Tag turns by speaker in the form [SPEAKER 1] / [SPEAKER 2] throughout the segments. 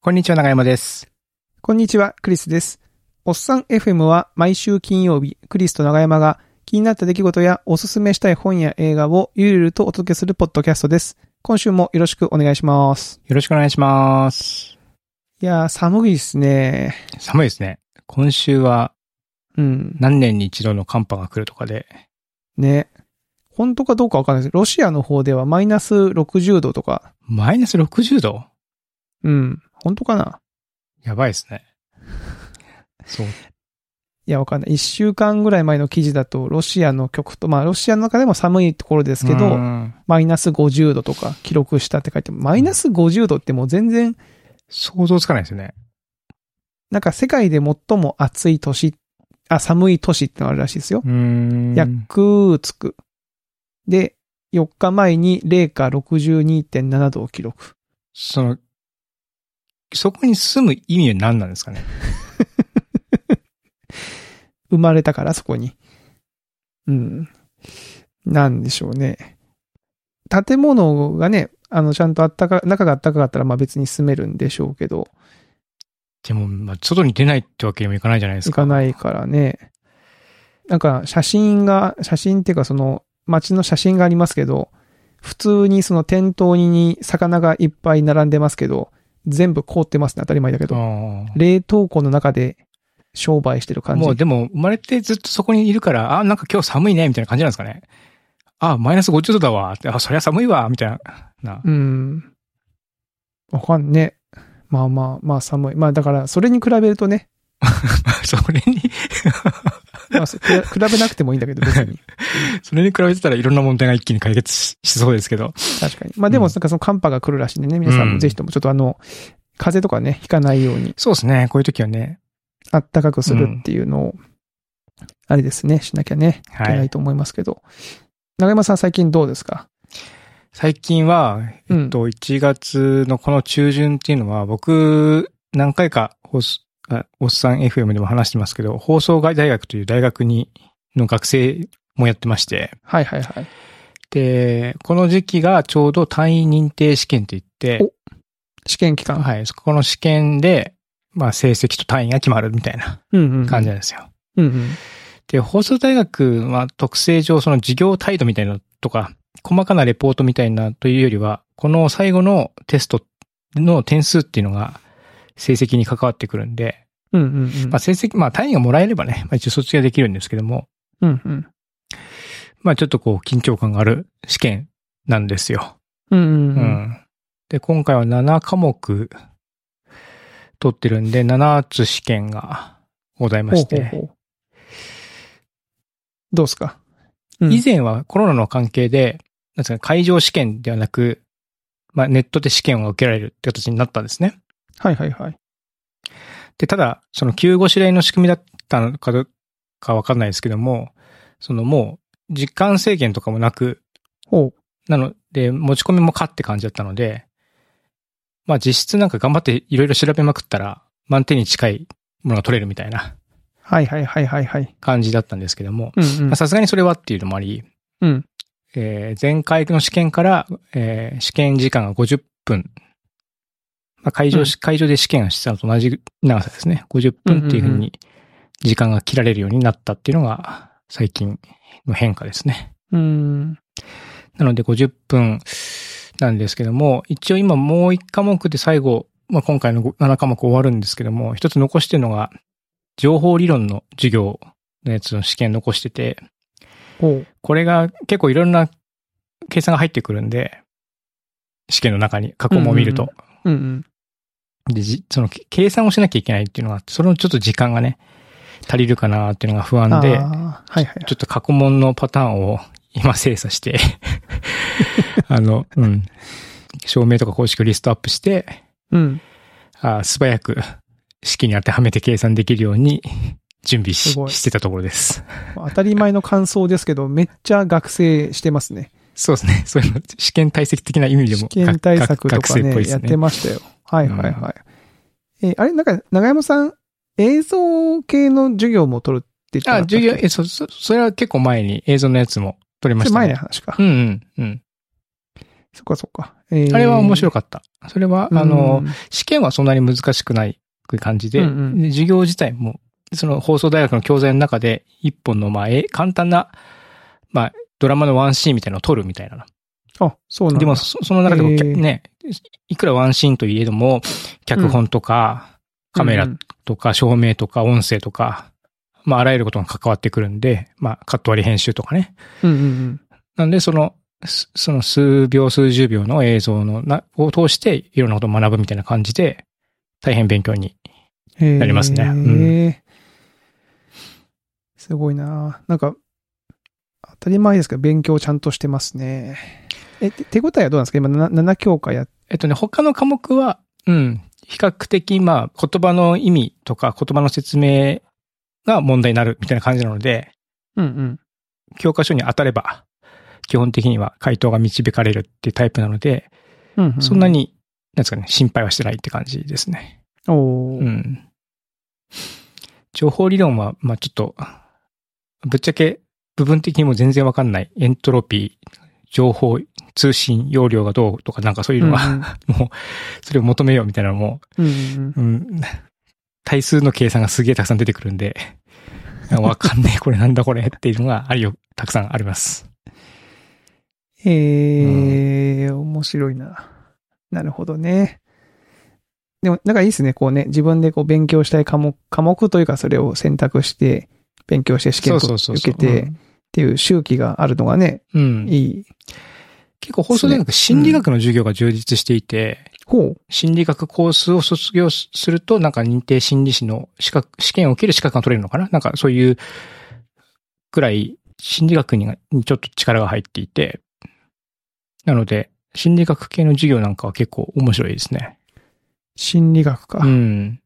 [SPEAKER 1] こんにちは、長山です。
[SPEAKER 2] こんにちは、クリスです。おっさん FM は毎週金曜日、クリスと長山が気になった出来事やおすすめしたい本や映画をゆるゆるとお届けするポッドキャストです。今週もよろしくお願いします。
[SPEAKER 1] よろしくお願いします。
[SPEAKER 2] いやー、寒いですね。
[SPEAKER 1] 寒いですね。今週は
[SPEAKER 2] うん。
[SPEAKER 1] 何年に一度の寒波が来るとかで、
[SPEAKER 2] ね。本当かどうかわかんないです。ロシアの方ではマイナス60度とか。
[SPEAKER 1] マイナス60度
[SPEAKER 2] うん。本当かな
[SPEAKER 1] やばいですね。そう。
[SPEAKER 2] いや、わかんない。一週間ぐらい前の記事だと、ロシアの極と、まあ、ロシアの中でも寒いところですけど、
[SPEAKER 1] うん
[SPEAKER 2] マイナス50度とか記録したって書いてあるマイナス50度ってもう全然、
[SPEAKER 1] 想像つかないですよね。
[SPEAKER 2] なんか世界で最も暑い年、あ、寒い年ってのがあるらしいですよ。
[SPEAKER 1] うん
[SPEAKER 2] ヤクーツク。で、4日前に零下62.7度を記録。
[SPEAKER 1] その、そこに住む意味は何なんですかね。
[SPEAKER 2] 生まれたから、そこに。うん。なんでしょうね。建物がね、あの、ちゃんとあったか、中があったかかったら、まあ別に住めるんでしょうけど、
[SPEAKER 1] でも、まあ、外に出ないってわけにもいかないじゃないです
[SPEAKER 2] 行
[SPEAKER 1] か。
[SPEAKER 2] かないからね。なんか、写真が、写真っていうかその、街の写真がありますけど、普通にその店頭に魚がいっぱい並んでますけど、全部凍ってますね、当たり前だけど。
[SPEAKER 1] ああ
[SPEAKER 2] 冷凍庫の中で商売してる感じ
[SPEAKER 1] もう。でも、生まれてずっとそこにいるから、あ、なんか今日寒いね、みたいな感じなんですかね。あ、マイナス50度だわ。ってあ、そりゃ寒いわ、みたいな。な
[SPEAKER 2] うん。わかんね。まあまあ、まあ寒い。まあだから、それに比べるとね、
[SPEAKER 1] それに、
[SPEAKER 2] まあそ比比べなくて もいいんだけど、別に。
[SPEAKER 1] それに比べてたらいろんな問題が一気に解決ししそうですけど。
[SPEAKER 2] 確かに。まあでも、
[SPEAKER 1] うん
[SPEAKER 2] なんかその寒波が来るらしいんでね、皆さん
[SPEAKER 1] うん
[SPEAKER 2] もぜひともちょっとあの、風邪とかね、ひかないように、
[SPEAKER 1] そうですね。こういう時はね。
[SPEAKER 2] あったかくするっていうのを、あれですね、しなきゃね、い
[SPEAKER 1] は
[SPEAKER 2] けない
[SPEAKER 1] い。
[SPEAKER 2] と思いますけど。長山さん最近どうですか
[SPEAKER 1] 最近は、
[SPEAKER 2] う
[SPEAKER 1] えっ
[SPEAKER 2] ん。
[SPEAKER 1] と、1月のこの中旬っていうのは、僕、何回か、ホス、あおっさん FM でも話してますけど、放送外大学という大学に、の学生もやってまして、
[SPEAKER 2] はいはいはい。
[SPEAKER 1] で、この時期がちょうど単位認定試験って言って、
[SPEAKER 2] 試験期間。い。
[SPEAKER 1] はい、そこの試験で、まあ成績と単位が決まるみたいな
[SPEAKER 2] うんうん。
[SPEAKER 1] 感じなんですよ。
[SPEAKER 2] うんうん。
[SPEAKER 1] で、放送大学は特性上その授業態度みたいなのとか、細かなレポートみたいなというよりは、この最後のテストの点数っていうのが成績に関わってくるんで、
[SPEAKER 2] うんうんうん。
[SPEAKER 1] まあ成績、まあ単位がもらえればね、まあ一応卒業できるんですけども、
[SPEAKER 2] うんうん。
[SPEAKER 1] まあちょっとこう緊張感がある試験なんですよ。
[SPEAKER 2] うんうん
[SPEAKER 1] う
[SPEAKER 2] うん。
[SPEAKER 1] ん。で、今回は7科目取ってるんで、7つ試験がございまして、
[SPEAKER 2] う。どうすかうん
[SPEAKER 1] 以前はコロナの関係で、なんですか、会場試験ではなく、まあ、ネットで試験を受けられるって形になったんですね。
[SPEAKER 2] はいはいはい。
[SPEAKER 1] で、ただ、その救護指令の仕組みだったのかどうかわかんないですけども、そのもう、時間制限とかもなく、
[SPEAKER 2] ほう。
[SPEAKER 1] なので、持ち込みもかって感じだったので、まあ実質なんか頑張っていろいろ調べまくったら、満点に近いものが取れるみたいな
[SPEAKER 2] はいはいはいはいはい。
[SPEAKER 1] 感じだったんですけども、
[SPEAKER 2] うんうん
[SPEAKER 1] まあ。さすがにそれはっていうのもあり、
[SPEAKER 2] うん。
[SPEAKER 1] えー前回の試験から、えー試験時間が50分。まあ、会場し、会場で試験をしたのと同じ長さですね。50分っていうふう
[SPEAKER 2] うんうんう
[SPEAKER 1] に時間が切られるようになったっていうのが最近の変化ですね。
[SPEAKER 2] うん。
[SPEAKER 1] なので50分なんですけども、一応今もう1科目で最後、まあ、今回の7科目終わるんですけども、一つ残してるのが情報理論の授業のやつの試験残してて、
[SPEAKER 2] ほう。
[SPEAKER 1] これが結構いろんな計算が入ってくるんで、試験の中に過去問を見ると。
[SPEAKER 2] うんうん。
[SPEAKER 1] で、じそのけ計算をしなきゃいけないっていうのがあって、そのちょっと時間がね、足りるかなっていうのが不安で、
[SPEAKER 2] あーはいはい。
[SPEAKER 1] ちょっと過去問のパターンを今精査して、 あの、うん、証明とか公式をリストアップして、
[SPEAKER 2] うん。
[SPEAKER 1] あ素早く式に当てはめて計算できるように準備し
[SPEAKER 2] すごい
[SPEAKER 1] してたところです。
[SPEAKER 2] 当たり前の感想ですけど、めっちゃ学生してますね。
[SPEAKER 1] そうですね。そういうの、試験対策的な意味でも、
[SPEAKER 2] 試験対策と
[SPEAKER 1] 学
[SPEAKER 2] か
[SPEAKER 1] 生っぽ
[SPEAKER 2] ね
[SPEAKER 1] い、です
[SPEAKER 2] やっ
[SPEAKER 1] ね
[SPEAKER 2] て。ましたよ。はいはいはい。えー、あれなんか、長山さん、映像系の授業も取るって言って
[SPEAKER 1] あ、
[SPEAKER 2] なかったっ
[SPEAKER 1] 授
[SPEAKER 2] け
[SPEAKER 1] 業、え、そ、そ、それは結構前に映像のやつも撮りま
[SPEAKER 2] それ
[SPEAKER 1] した
[SPEAKER 2] 前の
[SPEAKER 1] ね。
[SPEAKER 2] 話か。
[SPEAKER 1] うんうんうん。
[SPEAKER 2] そっかそっか。えー
[SPEAKER 1] あれは面白かった。それは、あ
[SPEAKER 2] う
[SPEAKER 1] の
[SPEAKER 2] ん、
[SPEAKER 1] 試験はそんなに難しくない感じで、
[SPEAKER 2] うんうん
[SPEAKER 1] で授業自体も、その放送大学の教材の中で、一本の、まあ、え簡単な、まあ、ドラマのワンシーンみたいなのを撮るみたいな。
[SPEAKER 2] あ、そうなんだ。
[SPEAKER 1] でも、そその中でも、
[SPEAKER 2] へー
[SPEAKER 1] ね、いくらワンシーンといえども、脚本とか、カメラ
[SPEAKER 2] うん
[SPEAKER 1] とか、照明とか、音声とか、まあ、あらゆることが関わってくるんで、まあ、カット割り編集とかね。
[SPEAKER 2] うんうん
[SPEAKER 1] なんで、その、すその数秒、数十秒の映像のな、を通して、いろんなことを学ぶみたいな感じで、大変勉強に。
[SPEAKER 2] うん。
[SPEAKER 1] なりますね
[SPEAKER 2] へーすごいななんか、当たり前ですけど、勉強ちゃんとしてますね。え、て手応えはどうなんですか今な7教科やっ
[SPEAKER 1] えっとね、他の科目は、うん、比較的、まあ、言葉の意味とか、言葉の説明が問題になるみたいな感じなので、
[SPEAKER 2] うんうん。
[SPEAKER 1] 教科書に当たれば、基本的には回答が導かれるっていうタイプなので、
[SPEAKER 2] うんうん
[SPEAKER 1] そんな。に、なんですかね、心配はしてないって感じですね。
[SPEAKER 2] おー
[SPEAKER 1] うん。情報理論は、まあちょっと、ぶっちゃけ部分的にも全然わかんない。エントロピー、情報、通信容量がどうとかなんかそういうのは、もう、それを求めようみたいなのも、
[SPEAKER 2] うんうん。
[SPEAKER 1] うん、対数の計算がすげえたくさん出てくるんで、わかんねえ、これなんだこれっていうのがあるよ、たくさんあります。
[SPEAKER 2] えー、面白いな。なるほどね。でも、なんかいいですね。こうね、自分でこう勉強したい科目、科目というかそれを選択して、勉強して試験を
[SPEAKER 1] そう
[SPEAKER 2] 受
[SPEAKER 1] そうそうそう
[SPEAKER 2] けてっていう周期があるのがね、
[SPEAKER 1] うん。
[SPEAKER 2] いい。
[SPEAKER 1] 結構放送大学、心理学の授業が充実していて、
[SPEAKER 2] ほう。
[SPEAKER 1] 心理学コースを卒業すると、なんか認定心理師の資格、試験を受ける資格が取れるのかななんかそういうくらい心理学にがにちょっと力が入っていて、なので、心理学系の授業なんかは結構面白いですね。
[SPEAKER 2] 心理学か。
[SPEAKER 1] うん。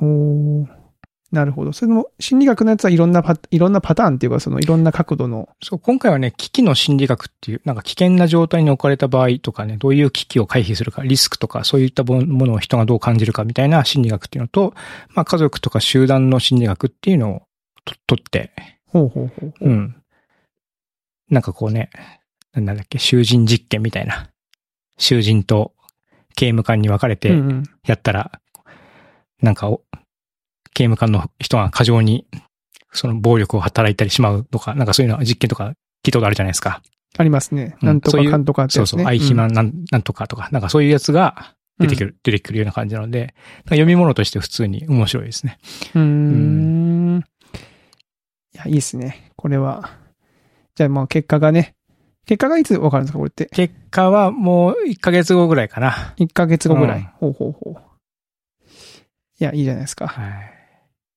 [SPEAKER 2] おーなるほど。それも、心理学のやつはいろんなパ、いろんなパターンっていうか、そのいろんな角度の。
[SPEAKER 1] そう、今回はね、危機の心理学っていう、なんか危険な状態に置かれた場合とかね、どういう危機を回避するか、リスクとか、そういったもものを人がどう感じるかみたいな心理学っていうのと、まあ家族とか集団の心理学っていうのをと取って、
[SPEAKER 2] ほうほうほう。
[SPEAKER 1] うん。なんかこうね、なんだっけ、囚人実験みたいな。囚人と刑務官に分かれ
[SPEAKER 2] う
[SPEAKER 1] て
[SPEAKER 2] んうん、
[SPEAKER 1] やったら、なんかお、刑務官の人が過剰に、その暴力を働いたりしまうとか、なんかそういうのは実験とか聞いたことあるじゃないですか。
[SPEAKER 2] ありますね。
[SPEAKER 1] うん
[SPEAKER 2] なんと
[SPEAKER 1] そう
[SPEAKER 2] か
[SPEAKER 1] いう
[SPEAKER 2] かんとかって
[SPEAKER 1] そ
[SPEAKER 2] や
[SPEAKER 1] う
[SPEAKER 2] つ
[SPEAKER 1] そう、
[SPEAKER 2] ね。
[SPEAKER 1] 愛肥満なんなんとかとか、なんかそういうやつが出てくる、出てくるような感じなので、なんか読み物として普通に面白いですね。
[SPEAKER 2] うーん。いや、いいですね。これは。じゃあ、まあ、結果がね。結果がいつわかるんですかこれって。
[SPEAKER 1] 結果はもう1ヶ月後ぐらいかな。
[SPEAKER 2] 1ヶ月後ぐらい。
[SPEAKER 1] うん
[SPEAKER 2] ほうほうほう。いや、いいじゃないですか。
[SPEAKER 1] はい。
[SPEAKER 2] い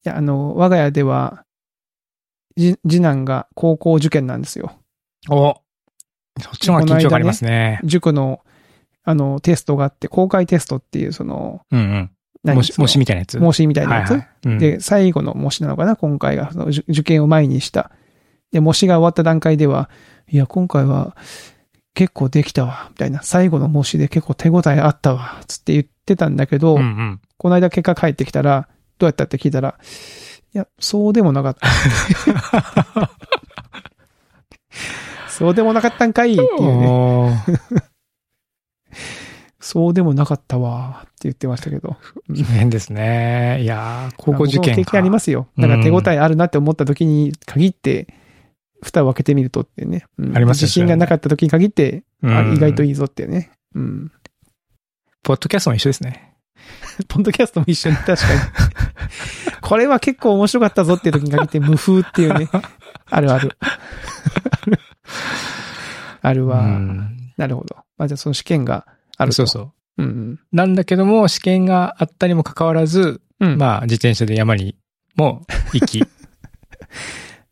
[SPEAKER 2] や、あの、我が家では、じ、次男が高校受験なんですよ。
[SPEAKER 1] おそっちの方が緊張がありますね。
[SPEAKER 2] 塾の、あの、テストがあって、公開テストっていう、その、
[SPEAKER 1] うんうん。
[SPEAKER 2] 何
[SPEAKER 1] もし、
[SPEAKER 2] その
[SPEAKER 1] もしみたいなやつ。
[SPEAKER 2] 模試みたいなやつ。
[SPEAKER 1] はいはい、うん、
[SPEAKER 2] で、最後の模試なのかな、今回が、その受受験を前にした。で、模試が終わった段階では、いや、今回は結構できたわ、みたいな。最後の模試で結構手応えあったわ、つって言ってたんだけど、
[SPEAKER 1] うんうん。
[SPEAKER 2] この間結果返ってきたら、どうやったって聞いたら、いや、そうでもなかった。 そうでもなかったんかいっていうね。
[SPEAKER 1] おー
[SPEAKER 2] そうでもなかったわ、って言ってましたけど。
[SPEAKER 1] 大変ですね。いやー高校受
[SPEAKER 2] 僕も経
[SPEAKER 1] 験か。
[SPEAKER 2] 験ありますよ。なんか手応えあるなって思った時に限って、蓋を開けてみるとっていうね。うん
[SPEAKER 1] ありますよね
[SPEAKER 2] 自信がなかった時に限って、
[SPEAKER 1] うん
[SPEAKER 2] あ意外といいぞっていうね。うん。
[SPEAKER 1] ポッドキャストも一緒ですね。
[SPEAKER 2] ポンドキャストも一緒に、確かに。 これは結構面白かったぞっていう時に限って、無風っていうね。ある ある。あるわ、
[SPEAKER 1] うん
[SPEAKER 2] なるほど。まあじゃあその試験があると。
[SPEAKER 1] そうそう。
[SPEAKER 2] う。うん
[SPEAKER 1] なんだけども、試験があったにもかかわらず、
[SPEAKER 2] うん。うん。まあ、
[SPEAKER 1] まあ、自転車で山にも行 き。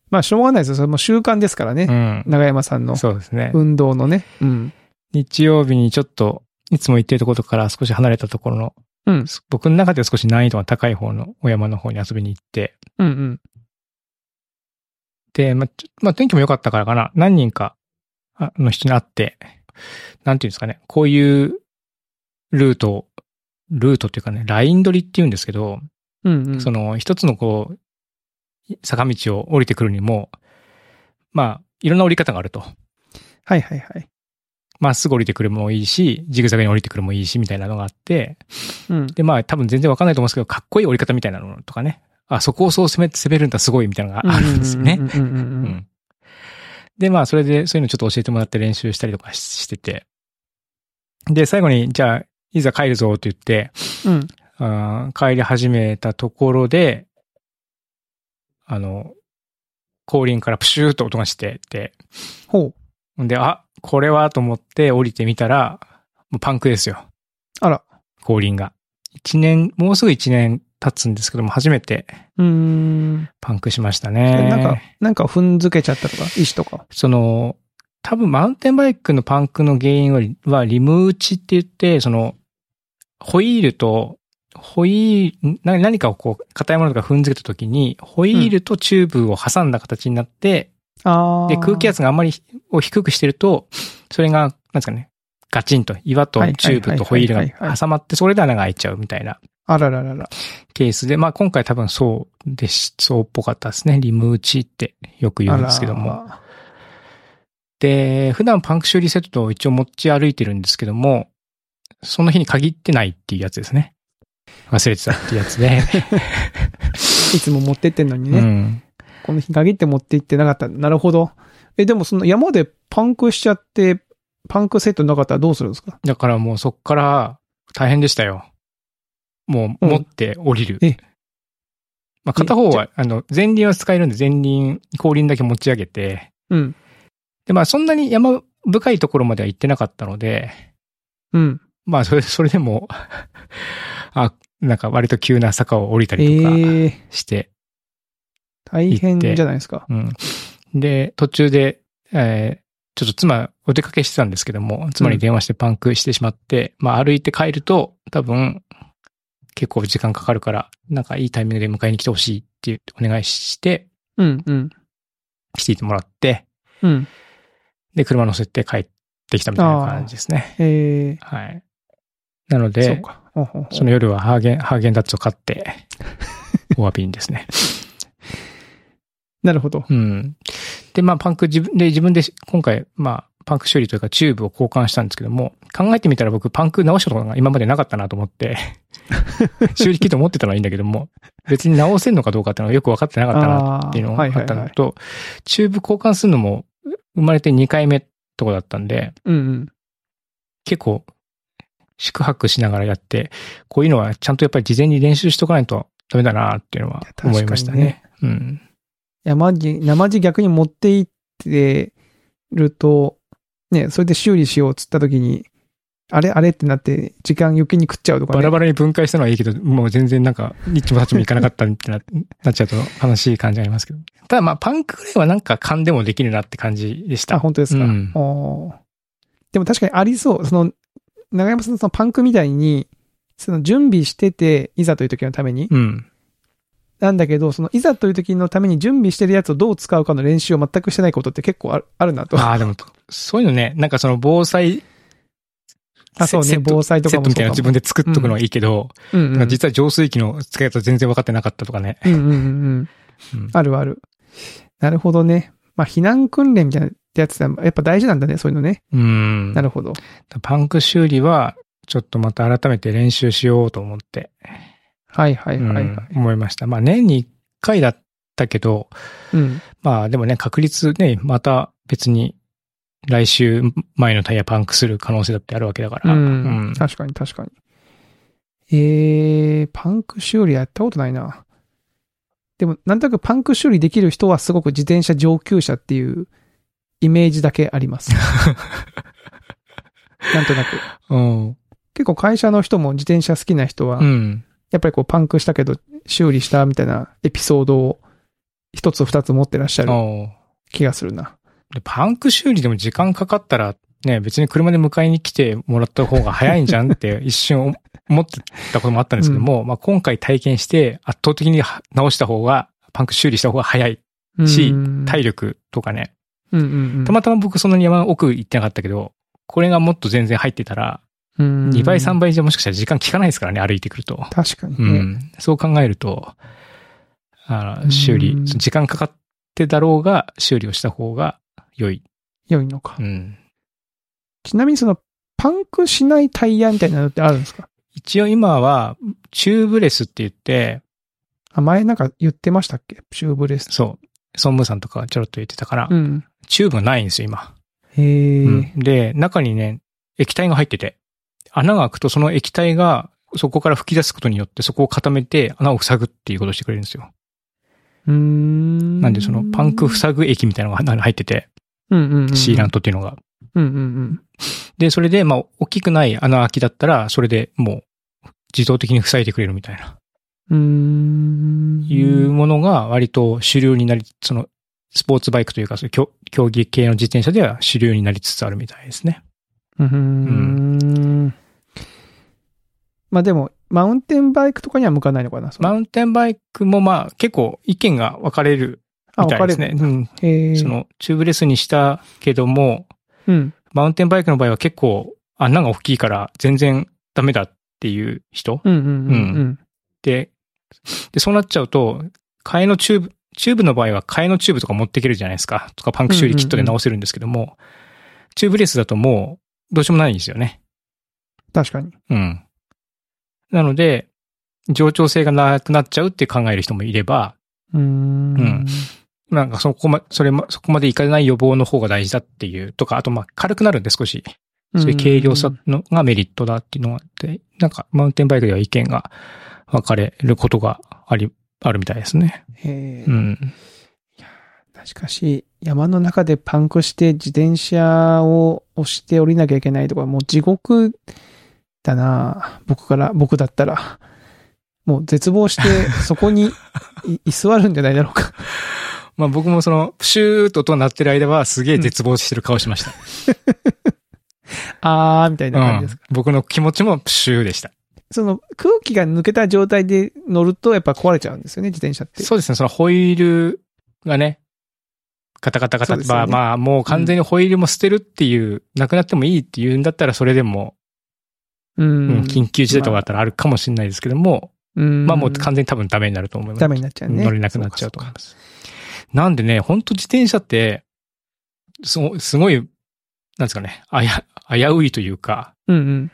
[SPEAKER 2] まあしょうがないですよ。それも習慣ですから
[SPEAKER 1] う
[SPEAKER 2] ね。
[SPEAKER 1] ん。
[SPEAKER 2] 長山さんの
[SPEAKER 1] そうですね。
[SPEAKER 2] 運動のね。うん。
[SPEAKER 1] 日曜日にちょっと、いつも行ってるところから少し離れたところの、
[SPEAKER 2] うん。
[SPEAKER 1] 僕の中では少し難易度が高い方のお山の方に遊びに行って、
[SPEAKER 2] うんうん。
[SPEAKER 1] で、まあ、ちょまあ、天気も良かったからかな。何人か、ああの人に会って、なんていうんですかね、こういうルートを、ルートっていうかね、ライン取りっていうんですけど、
[SPEAKER 2] うんうん。
[SPEAKER 1] その一つのこう、坂道を降りてくるにも、まあ、いろんな降り方があると。
[SPEAKER 2] はいはいはい。
[SPEAKER 1] まっすぐ降りてくるもいいし、ジグザグに降りてくるもいいし、みたいなのがあって、
[SPEAKER 2] うん。
[SPEAKER 1] で、まあ多分全然わかんないと思うんですけど、かっこいい降り方みたいなのとかね。あ、そこをそう攻め、攻めるんだすごいみたいなのがあるんですよね
[SPEAKER 2] う。んうんうんうん
[SPEAKER 1] う
[SPEAKER 2] うん。
[SPEAKER 1] ん。で、まあ、それで、そういうのちょっと教えてもらって練習したりとかししてて。で、最後に、じゃあ、いざ帰るぞって言って、
[SPEAKER 2] うん。
[SPEAKER 1] あー帰り始めたところで、あの、後輪からプシューと音がして、で、
[SPEAKER 2] ほう。
[SPEAKER 1] んで、あ、これはと思って降りてみたら、もうパンクですよ。
[SPEAKER 2] あら。
[SPEAKER 1] 後輪が。一年、もうすぐ一年経つんですけども、初めて
[SPEAKER 2] うーん。
[SPEAKER 1] パンクしましたね。
[SPEAKER 2] なんか、なんか踏んづけちゃったとか、石とか。
[SPEAKER 1] その、多分マウンテンバイクのパンクの原因ははリム打ちって言って、その、ホイールと、ホイール、な何かをこう、硬いものとか踏んづけた時に、ホイールとチューブを挟んだ形になって、
[SPEAKER 2] あー
[SPEAKER 1] で、空気圧があんまりを低くしてると、それが、なんですかね、ガチンと、岩と
[SPEAKER 2] はいはい
[SPEAKER 1] チューブとホイールが挟まって、それで穴が開いちゃうみたいな
[SPEAKER 2] あらららら。
[SPEAKER 1] ケースで、まあ今回多分そうです、そうっぽかったですね。リム打ちってよく言うんですけども。
[SPEAKER 2] あら。
[SPEAKER 1] で、普段パンク修理セットを一応持ち歩いてるんですけども、その日に限ってないっていうやつですね。忘れてたっていうや つで。
[SPEAKER 2] いつも持ってってんのにね。
[SPEAKER 1] うん。
[SPEAKER 2] この日限って持って行ってなかった。なるほど。え、でもその山でパンクしちゃって、パンクセットなかったらどうするんですか
[SPEAKER 1] だからもうそっから大変でしたよ。もう
[SPEAKER 2] うん
[SPEAKER 1] 持って降りる。
[SPEAKER 2] え
[SPEAKER 1] まあ片方は、あの、前輪は使えるんで前輪、後輪だけ持ち上げて、
[SPEAKER 2] うん。
[SPEAKER 1] で、まあそんなに山深いところまでは行ってなかったので、
[SPEAKER 2] うん。
[SPEAKER 1] まあそれ、それでも、 あ、なんか割と急な坂を降りた
[SPEAKER 2] え
[SPEAKER 1] りとか
[SPEAKER 2] ー、
[SPEAKER 1] して、
[SPEAKER 2] 大変じゃないですか。
[SPEAKER 1] うん。で、途中で、えーちょっと妻、お出かけしてたんですけども、妻に電話してパンクしてしまって、まあ歩いて帰ると、多分、結構時間かかるから、なんかいいタイミングで迎えに来てほしいっていうお願いして、
[SPEAKER 2] うん、うん。
[SPEAKER 1] 来ていてもらって、
[SPEAKER 2] うん。
[SPEAKER 1] で、車乗せて帰ってきたみたいな感じですね。
[SPEAKER 2] え
[SPEAKER 1] はい。なの
[SPEAKER 2] ー、そう
[SPEAKER 1] で、
[SPEAKER 2] か。ほうほうほう
[SPEAKER 1] その夜はハーゲン、ハーゲンダッツを買って、 お詫びにですね。
[SPEAKER 2] なるほど。
[SPEAKER 1] うん。で、まあ、パンク自分で、自分で今回、まあ、パンク修理というかチューブを交換したんですけども、考えてみたら僕パンク直したことが今までなかったなと思って、 修理キット持ってたのはいいんだけども、別に直せんのかどうかっていうのはよく分かってなかったな
[SPEAKER 2] ああ
[SPEAKER 1] っていうの
[SPEAKER 2] ー
[SPEAKER 1] があ
[SPEAKER 2] はい
[SPEAKER 1] った
[SPEAKER 2] は
[SPEAKER 1] の
[SPEAKER 2] い
[SPEAKER 1] と、
[SPEAKER 2] はい。
[SPEAKER 1] チューブ交換するのも生まれて2回目とかだったんで、
[SPEAKER 2] うんうん。
[SPEAKER 1] 結構、宿泊しながらやって、こういうのはちゃんとやっぱり事前に練習しとかないとダメだなっていうのはい
[SPEAKER 2] や
[SPEAKER 1] 思いましたね。うん。
[SPEAKER 2] 山地、山地逆に持って行ってると、ね、それで修理しようっつった時に、あれあれってなって、時間余計に食っちゃうとかね。
[SPEAKER 1] バラバラに分解したのはいいけど、もう全然なんか、ニッチもサッチもいかなかったみたいな、 なっちゃうと悲しい感じありますけど。ただまあ、パンクぐらいはなんか勘でもできるなって感じでし
[SPEAKER 2] あ、
[SPEAKER 1] た。
[SPEAKER 2] 本当ですか。
[SPEAKER 1] うん
[SPEAKER 2] おーでも確かにありそう。その、長山さんのそのパンクみたいに、その準備してて、いざという時のために。
[SPEAKER 1] うん。
[SPEAKER 2] なんだけど、そのいざという時のために準備してるやつをどう使うかの練習を全くしてないことって結構あるあるなと。
[SPEAKER 1] ああ、でも、そういうのね、なんかその防災、
[SPEAKER 2] あそうね
[SPEAKER 1] セット
[SPEAKER 2] 防災とかも
[SPEAKER 1] セットみたいなの自
[SPEAKER 2] そうかも
[SPEAKER 1] 分で作っとくのはいいけど、
[SPEAKER 2] うんうん、
[SPEAKER 1] なんか実は浄水器の使い方全然分かってなかったとかね。
[SPEAKER 2] うんうんうんうん。
[SPEAKER 1] うん
[SPEAKER 2] あるある。なるほどね。まあ、避難訓練みたいなやつはやっぱ大事なんだね、そういうのね。
[SPEAKER 1] うん。
[SPEAKER 2] なるほど。
[SPEAKER 1] パンク修理は、ちょっとまた改めて練習しようと思って、
[SPEAKER 2] はいはいはい、はい。
[SPEAKER 1] うん思いました。まあ、年に1回だったけど、
[SPEAKER 2] うん。
[SPEAKER 1] まあでもね、確率ね、また別に来週前のタイヤパンクする可能性だってあるわけだから。
[SPEAKER 2] うん。確かに確かに。えー、パンク修理やったことないな。でも、なんとなくパンク修理できる人はすごく自転車上級者っていうイメージだけあ ります。なんとなく。
[SPEAKER 1] うん。
[SPEAKER 2] 結構会社の人も自転車好きな人は、
[SPEAKER 1] うん。
[SPEAKER 2] やっぱりこうパンクしたけど修理したみたいなエピソードを一つ二つ持ってらっしゃる
[SPEAKER 1] おう
[SPEAKER 2] 気がするな。
[SPEAKER 1] でパンク修理でも時間かかったら、ね、別に車で迎えに来てもらった方が早いんじゃんって 一瞬思ってたこともあったんですけども、まあ今回体験して圧倒的には直した方が、パンク修理した方が早い。し
[SPEAKER 2] うん
[SPEAKER 1] 体力とかね。
[SPEAKER 2] うんうんうん、
[SPEAKER 1] たまたま僕そんなに山奥行ってなかったけど、これがもっと全然入ってたら、2
[SPEAKER 2] 2
[SPEAKER 1] 倍3倍じゃもしかしたら時間効かないですからね、歩いてくると。
[SPEAKER 2] 確かに
[SPEAKER 1] う
[SPEAKER 2] ね。
[SPEAKER 1] ん。そう考えると、あ
[SPEAKER 2] うん
[SPEAKER 1] の修理、その時間かかってだろうが、修理をした方が良い。
[SPEAKER 2] 良いのか
[SPEAKER 1] う。ん。
[SPEAKER 2] ちなみにその、パンクしないタイヤみたいなのってあるんですか
[SPEAKER 1] 一応今は、チューブレスって言って、
[SPEAKER 2] あ、前なんか言ってましたっけチューブレス。
[SPEAKER 1] そう、孫武さんとかちょろっと言ってたから、
[SPEAKER 2] うん。
[SPEAKER 1] チューブがないんですよ、今。
[SPEAKER 2] へえ、
[SPEAKER 1] うんで、中にね、液体が入ってて、穴が開くとその液体がそこから吹き出すことによってそこを固めて穴を塞ぐっていうことをしてくれるんですよ。
[SPEAKER 2] うーん。
[SPEAKER 1] なんでそのパンク塞ぐ液みたいなのが中に入ってて、
[SPEAKER 2] うんうんうん。
[SPEAKER 1] シーラントっていうのが。
[SPEAKER 2] うんうんうん。
[SPEAKER 1] で、それでまあ大きくない穴開きだったら、それでもう自動的に塞いでくれるみたいな、
[SPEAKER 2] うーん。
[SPEAKER 1] いうものが割と主流になり、そのスポーツバイクというかそういう競競技系の自転車では主流になりつつあるみたいですね。
[SPEAKER 2] うーん。まあでも、マウンテンバイクとかには向かないのかなその
[SPEAKER 1] マウンテンバイクもまあ結構意見が分かれる
[SPEAKER 2] あ
[SPEAKER 1] みたいですね。
[SPEAKER 2] 分か
[SPEAKER 1] うん
[SPEAKER 2] れるへえ。
[SPEAKER 1] その、チューブレスにしたけども、
[SPEAKER 2] うん。
[SPEAKER 1] マウンテンバイクの場合は結構穴が大きいから全然ダメだっていう人
[SPEAKER 2] うんうんうんうん。
[SPEAKER 1] で、で、そうなっちゃうと、替えのチューブ、チューブの場合は替えのチューブとか持っていけるじゃないですか。とかパンク修理キットで直せるんですけども、チューブレスだともうどうしようもないんですよね。
[SPEAKER 2] 確かに。
[SPEAKER 1] うん。なので、冗長性がなくなっちゃうって考える人もいれば、
[SPEAKER 2] うー
[SPEAKER 1] うんん。なんかそこま、それま、そこまでいかない予防の方が大事だっていうとか、あとまあ軽くなるんで少し。そういう軽量さのがメリットだっていうのがあって、なんかマウンテンバイクでは意見が分かれることがあり、あるみたいですね。
[SPEAKER 2] へえ
[SPEAKER 1] うん。
[SPEAKER 2] しかし、山の中でパンクして自転車を押して降りなきゃいけないとか、もう地獄だな僕から、僕だったら。もう絶望して、そこにい 居座るんじゃないだろうか。
[SPEAKER 1] まあ僕もその、プシューっと音が鳴ってる間はすげえ絶望してる顔しま した。
[SPEAKER 2] あー、みたいな
[SPEAKER 1] う
[SPEAKER 2] 感じ
[SPEAKER 1] ん
[SPEAKER 2] ですか。
[SPEAKER 1] 僕の気持ちもプシューでした。
[SPEAKER 2] その空気が抜けた状態で乗るとやっぱ壊れちゃうんですよね、自転車って。
[SPEAKER 1] そうですね、そのホイールがね、カタカタカタ、
[SPEAKER 2] そうですよ
[SPEAKER 1] まあ
[SPEAKER 2] ね
[SPEAKER 1] まあもう完全にホイールも捨てるっていう、なくなってもいいっていうんだったらそれでも、
[SPEAKER 2] う
[SPEAKER 1] うん
[SPEAKER 2] ん。
[SPEAKER 1] 緊急事態とかあったらあるかもしれないですけども、
[SPEAKER 2] うん
[SPEAKER 1] まあもう完全に多分ダメになると思います。
[SPEAKER 2] ダメになっちゃうね。
[SPEAKER 1] 乗れなくなっちゃうと思います。なんでね、本当自転車って、すごすごい、なんですかね、あや、危ういというか、
[SPEAKER 2] そうかうんうん。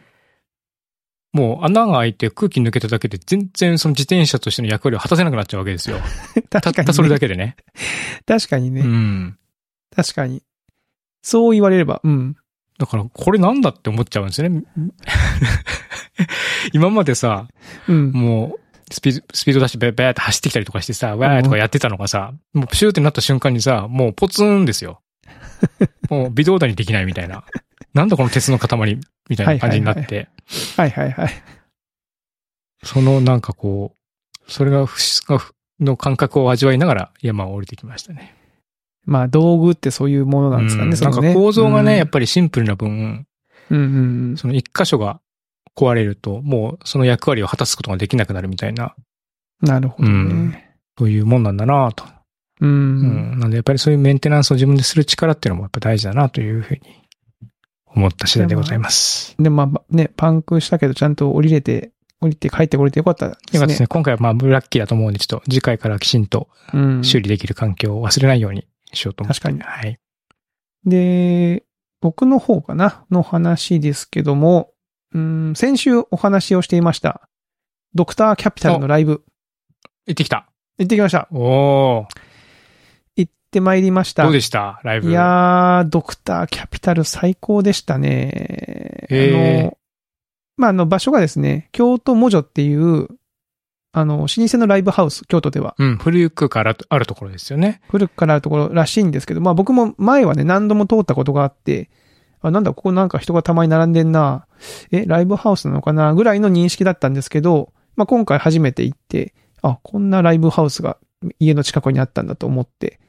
[SPEAKER 1] もう穴が開いて空気抜けただけで全然その自転車としての役割を果たせなくなっちゃうわけですよ。 た
[SPEAKER 2] 確
[SPEAKER 1] っ
[SPEAKER 2] かに、ね。
[SPEAKER 1] たそれだけでね。
[SPEAKER 2] 確かにね。
[SPEAKER 1] うん。
[SPEAKER 2] 確かに。そう言われれば、うん。
[SPEAKER 1] だからこれなんだって思っちゃうんですよね。 今までさ、
[SPEAKER 2] うん。
[SPEAKER 1] もう、スピード、スピード出してベーベーって走ってきたりとかしてさ、わーとかやってたのがさ、もうプシューってなった瞬間にさ、もうポツンです よ。もう微動だにできないみたいな。なんだこの鉄の塊みたいな感じになって、
[SPEAKER 2] はいはいはいはい。
[SPEAKER 1] そのなんかこう、それが不思が不の感覚を味わいながら山を降りてきましたね。
[SPEAKER 2] まあ道具ってそういうものなんですか
[SPEAKER 1] う
[SPEAKER 2] ね、
[SPEAKER 1] ん
[SPEAKER 2] そ
[SPEAKER 1] な
[SPEAKER 2] の
[SPEAKER 1] んか
[SPEAKER 2] ね
[SPEAKER 1] 構造がね、やっ
[SPEAKER 2] ぱ。
[SPEAKER 1] ぱりシンプルな分、
[SPEAKER 2] うんうんうん。
[SPEAKER 1] その一箇所が壊れると、もうその役割を果たすことができなくなるみたいな、
[SPEAKER 2] なるほどね。
[SPEAKER 1] というもんなんだなぁと
[SPEAKER 2] うん。
[SPEAKER 1] うん。なんでやっぱりそういうメンテナンスを自分でする力っていうのもやっぱ大事だなというふうに思った次第でございます。
[SPEAKER 2] で、まあね、パンクしたけどちゃんと降りれて、降りて帰ってこれてよかったですね。
[SPEAKER 1] よかったですね。今回はまあラッキーだと思うんで、ちょっと次回からきちんと
[SPEAKER 2] うん。
[SPEAKER 1] 修理できる環境を忘れないようにしようと思って。
[SPEAKER 2] 確かに
[SPEAKER 1] はい。
[SPEAKER 2] で、僕の方かなの話ですけども、うん、先週お話をしていました。ドクターキャピタルのライブ。
[SPEAKER 1] 行ってきた。
[SPEAKER 2] 行ってきました。
[SPEAKER 1] おー。
[SPEAKER 2] 行ってまいりました。
[SPEAKER 1] どうでしたライブ。
[SPEAKER 2] いやー、ドクターキャピタル最高でしたね。
[SPEAKER 1] へー
[SPEAKER 2] あの、まあ、あの場所がですね、京都モジョっていう、あの、老舗のライブハウス、京都では、
[SPEAKER 1] うん。古くからあるところですよね。
[SPEAKER 2] 古くからあるところらしいんですけど、まあ僕も前はね、何度も通ったことがあって、あ、なんだ、ここなんか人がたまに並んでんな、え、ライブハウスなのかな、ぐらいの認識だったんですけど、まあ今回初めて行って、あ、こんなライブハウスが家の近くにあったんだと思って、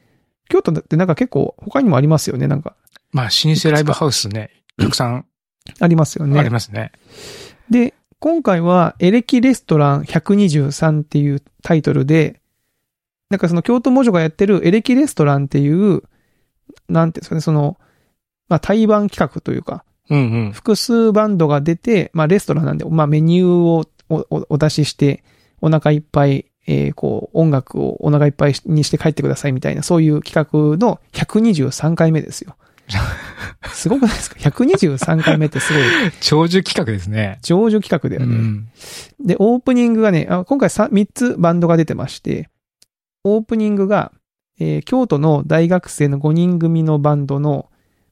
[SPEAKER 2] 京都だってなんか結構他にもありますよね、なんか。
[SPEAKER 1] まあ、老舗ライブハウスね、たくさん
[SPEAKER 2] ありますよね。
[SPEAKER 1] ありますね。
[SPEAKER 2] で、今回は、エレキレストラン123っていうタイトルで、なんかその京都文書がやってるエレキレストランっていう、なんていうんですかね、その、まあ対バン企画というか、
[SPEAKER 1] うんうん。
[SPEAKER 2] 複数バンドが出て、まあレストランなんで、まあメニューをおおお出しして、お腹いっぱい、えーこう、音楽をお腹いっぱいにして帰ってくださいみたいな、そういう企画の123回目ですよ。 すごくないですか ?123 回目ってすごい
[SPEAKER 1] 長寿企画ですね。
[SPEAKER 2] 上場企画だよ
[SPEAKER 1] う
[SPEAKER 2] ね。
[SPEAKER 1] ん。
[SPEAKER 2] で、オープニングがね、あ今回 3, つバンドが出てまして、オープニングが、えー京都の大学生の5人組のバンドの、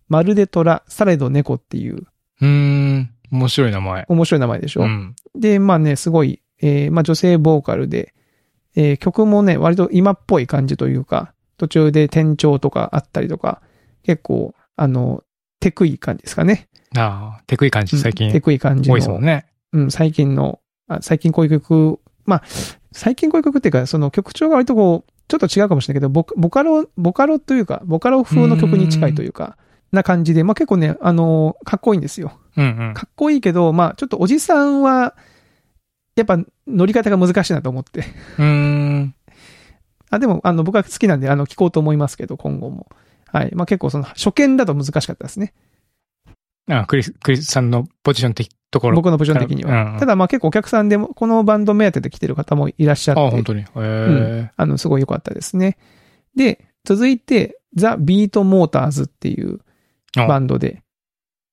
[SPEAKER 2] まるで虎、されど猫っていう
[SPEAKER 1] うーん。面白い名前。
[SPEAKER 2] 面白い名前でしょ。
[SPEAKER 1] うん。
[SPEAKER 2] で、まあね、すごい、えーまあ女性ボーカルで、えー曲もね、割と今っぽい感じというか、途中で転調とかあったりとか、結構、あの、テクい感じですかね。
[SPEAKER 1] ああ、テクい感じ、最
[SPEAKER 2] うん
[SPEAKER 1] 近
[SPEAKER 2] テ。クい感じ
[SPEAKER 1] 多
[SPEAKER 2] の。
[SPEAKER 1] いですもんね。
[SPEAKER 2] うん、最近の、あ最近こういう曲、まあ、最近こういう曲っていうか、その曲調が割とこう、ちょっと違うかもしれないけど、ボカボカロ、ボカロというか、ボカロ風の曲に近いというか、な感じで、まあ結構ね、あのーかっこいいんですよ。
[SPEAKER 1] うんうん。
[SPEAKER 2] かっこいいけど、まあちょっとおじさんは、やっぱ乗り方が難しいなと思って。
[SPEAKER 1] うーん。
[SPEAKER 2] あ、でも、あの、僕は好きなんで、あの、聞こうと思いますけど、今後も。はい。まあ結構その、初見だと難しかったですね。
[SPEAKER 1] ああクリス、クリスさんのポジション的ところ。
[SPEAKER 2] 僕のポジション的に
[SPEAKER 1] うんうん。
[SPEAKER 2] はただまあ結構お客さんでも、このバンド目当てで来てる方もいらっしゃっ
[SPEAKER 1] ああ、
[SPEAKER 2] て
[SPEAKER 1] 本、当に。へえ。
[SPEAKER 2] あの、すごい良かったですね。で、続いて、ザ・ビート・モーターズっていう
[SPEAKER 1] あ
[SPEAKER 2] バンドで、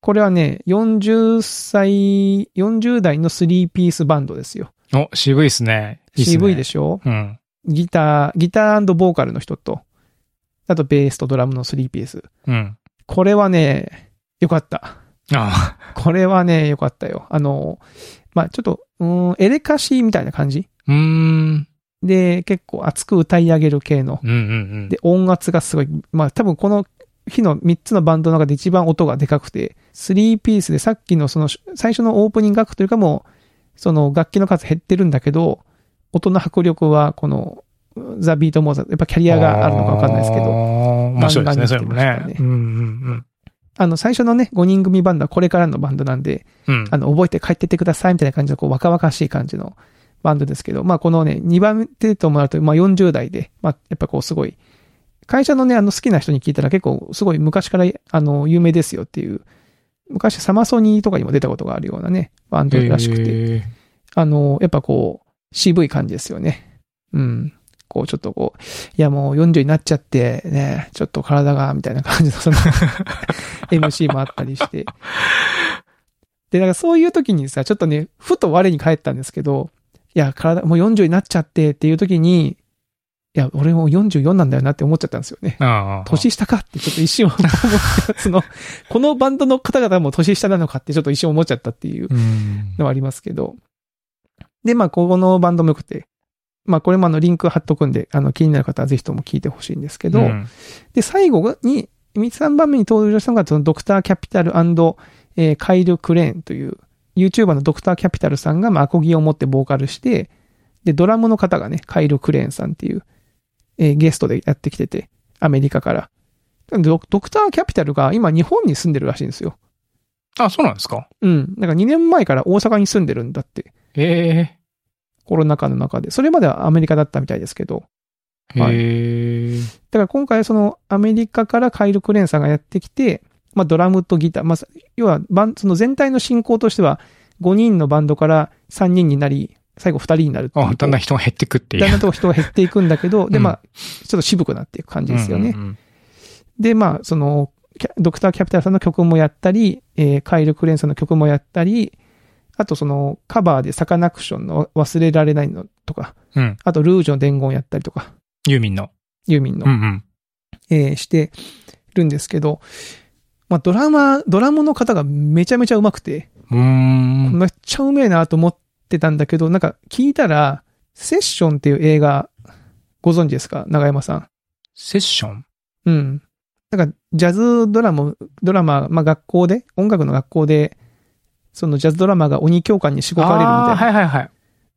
[SPEAKER 2] これはね、40歳、40代の3ピースバンドですよ。
[SPEAKER 1] お、渋いっすね。いいっすね
[SPEAKER 2] 渋いでしょ
[SPEAKER 1] うん。
[SPEAKER 2] ギター、ギターボーカルの人と、あとベースとドラムの3ピース。
[SPEAKER 1] うん。
[SPEAKER 2] これはね、良かった。
[SPEAKER 1] ああ。
[SPEAKER 2] これはね、良かったよ。あの、まあ、ちょっと、うーん、エレカシみたいな感じ
[SPEAKER 1] うーん。
[SPEAKER 2] で、結構熱く歌い上げる系の
[SPEAKER 1] うんうんうん。
[SPEAKER 2] で、音圧がすごい。まあ、多分この日の3つのバンドの中で一番音がでかくて、3ピースでさっきのその最初のオープニング楽というかもう、その楽器の数減ってるんだけど、音の迫力はこの、ザ・ビート・モーザー、やっぱキャリアがあるのかわかんないですけ
[SPEAKER 1] あー
[SPEAKER 2] ど、
[SPEAKER 1] 面白いですね、それも
[SPEAKER 2] ガンガン
[SPEAKER 1] ね
[SPEAKER 2] に来てまし。
[SPEAKER 1] う
[SPEAKER 2] た
[SPEAKER 1] んうん
[SPEAKER 2] あの、最初のね、5人組バンドはこれからのバンドなんで、
[SPEAKER 1] うん。うん。
[SPEAKER 2] あの、覚えて帰ってってくださいみたいな感じの、こう、若々しい感じのバンドですけど、まあ、このね、2番手ともなると、まあ、40代で、まあ、やっぱこう、すごい、会社のね、あの、好きな人に聞いたら結構、すごい昔から、あの、有名ですよっていう、昔、サマソニーとかにも出たことがあるようなね、バンドらしくて、
[SPEAKER 1] へー
[SPEAKER 2] あの、やっぱこう、渋い感じですよね。うん。こう、ちょっとこう、いや、もう40になっちゃって、ね、ちょっと体が、みたいな感じの、その、MC もあったりして。で、なんかそういう時にさ、ちょっとね、ふと我に返ったんですけど、いや、体、もう40になっちゃってっていう時に、いや、俺もう44なんだよなって思っちゃったんですよね。
[SPEAKER 1] ああ。
[SPEAKER 2] 年下かってちょっと一瞬思った。その、 このバンドの方々も年下なのかってちょっと一瞬思っちゃったっていう
[SPEAKER 1] うん。
[SPEAKER 2] のはありますけど。で、まあ、このバンドも良くて、まあ、これもあの、リンク貼っとくんで、あの、気になる方はぜひとも聞いてほしいんですけど、
[SPEAKER 1] うん
[SPEAKER 2] で、最後に、3番目に登場したのが、その、ドクターキャピタル、えーカイル・クレーンという、YouTuber のドクターキャピタルさんが、まあ、アコギを持ってボーカルして、で、ドラムの方がね、カイル・クレーンさんっていう、えーゲストでやってきてて、アメリカから。ドドクターキャピタルが今日本に住んでるらしいんですよ。
[SPEAKER 1] あ、そうなんですか
[SPEAKER 2] うん。なんか2年前から大阪に住んでるんだって。
[SPEAKER 1] え
[SPEAKER 2] コロナ禍の中で。それまではアメリカだったみたいですけど。
[SPEAKER 1] え。
[SPEAKER 2] はい
[SPEAKER 1] へえ。
[SPEAKER 2] だから今回そのアメリカからカイル・クレーンさんがやってきて、まあドラムとギター、まあ要はバンその全体の進行としては5人のバンドから3人になり、最後2人になるっていう
[SPEAKER 1] あ、だんだん人が減ってくっていう。
[SPEAKER 2] だんだんと人が減っていくんだけど、で
[SPEAKER 1] うん
[SPEAKER 2] まあちょっと渋くなっていく感じですよね。
[SPEAKER 1] うんうんうん。
[SPEAKER 2] で、まあ、その、キャドクター・キャピタルさんの曲もやったり、えーカイル・クレンさんの曲もやったり、あとその、カバーでサカナクションの忘れられないのとか、
[SPEAKER 1] うん
[SPEAKER 2] あとルージュの伝言やったりとか、
[SPEAKER 1] ユーミンの。
[SPEAKER 2] ユーミンの、
[SPEAKER 1] うんうん。
[SPEAKER 2] えーしてるんですけど、まあ、ドラマ、ドラムの方がめちゃめちゃうまくて、
[SPEAKER 1] うーん。
[SPEAKER 2] めっちゃうめえなと思ってたんだけど、なんか聞いたら、セッションっていう映画、ご存知ですか長山さん。
[SPEAKER 1] セッション
[SPEAKER 2] うん。なんか、ジャズドラマ、ドラマ、まあ学校で、音楽の学校で、そのジャズドラマが鬼教官にしごかれるみたいな、
[SPEAKER 1] あーはいはいはい。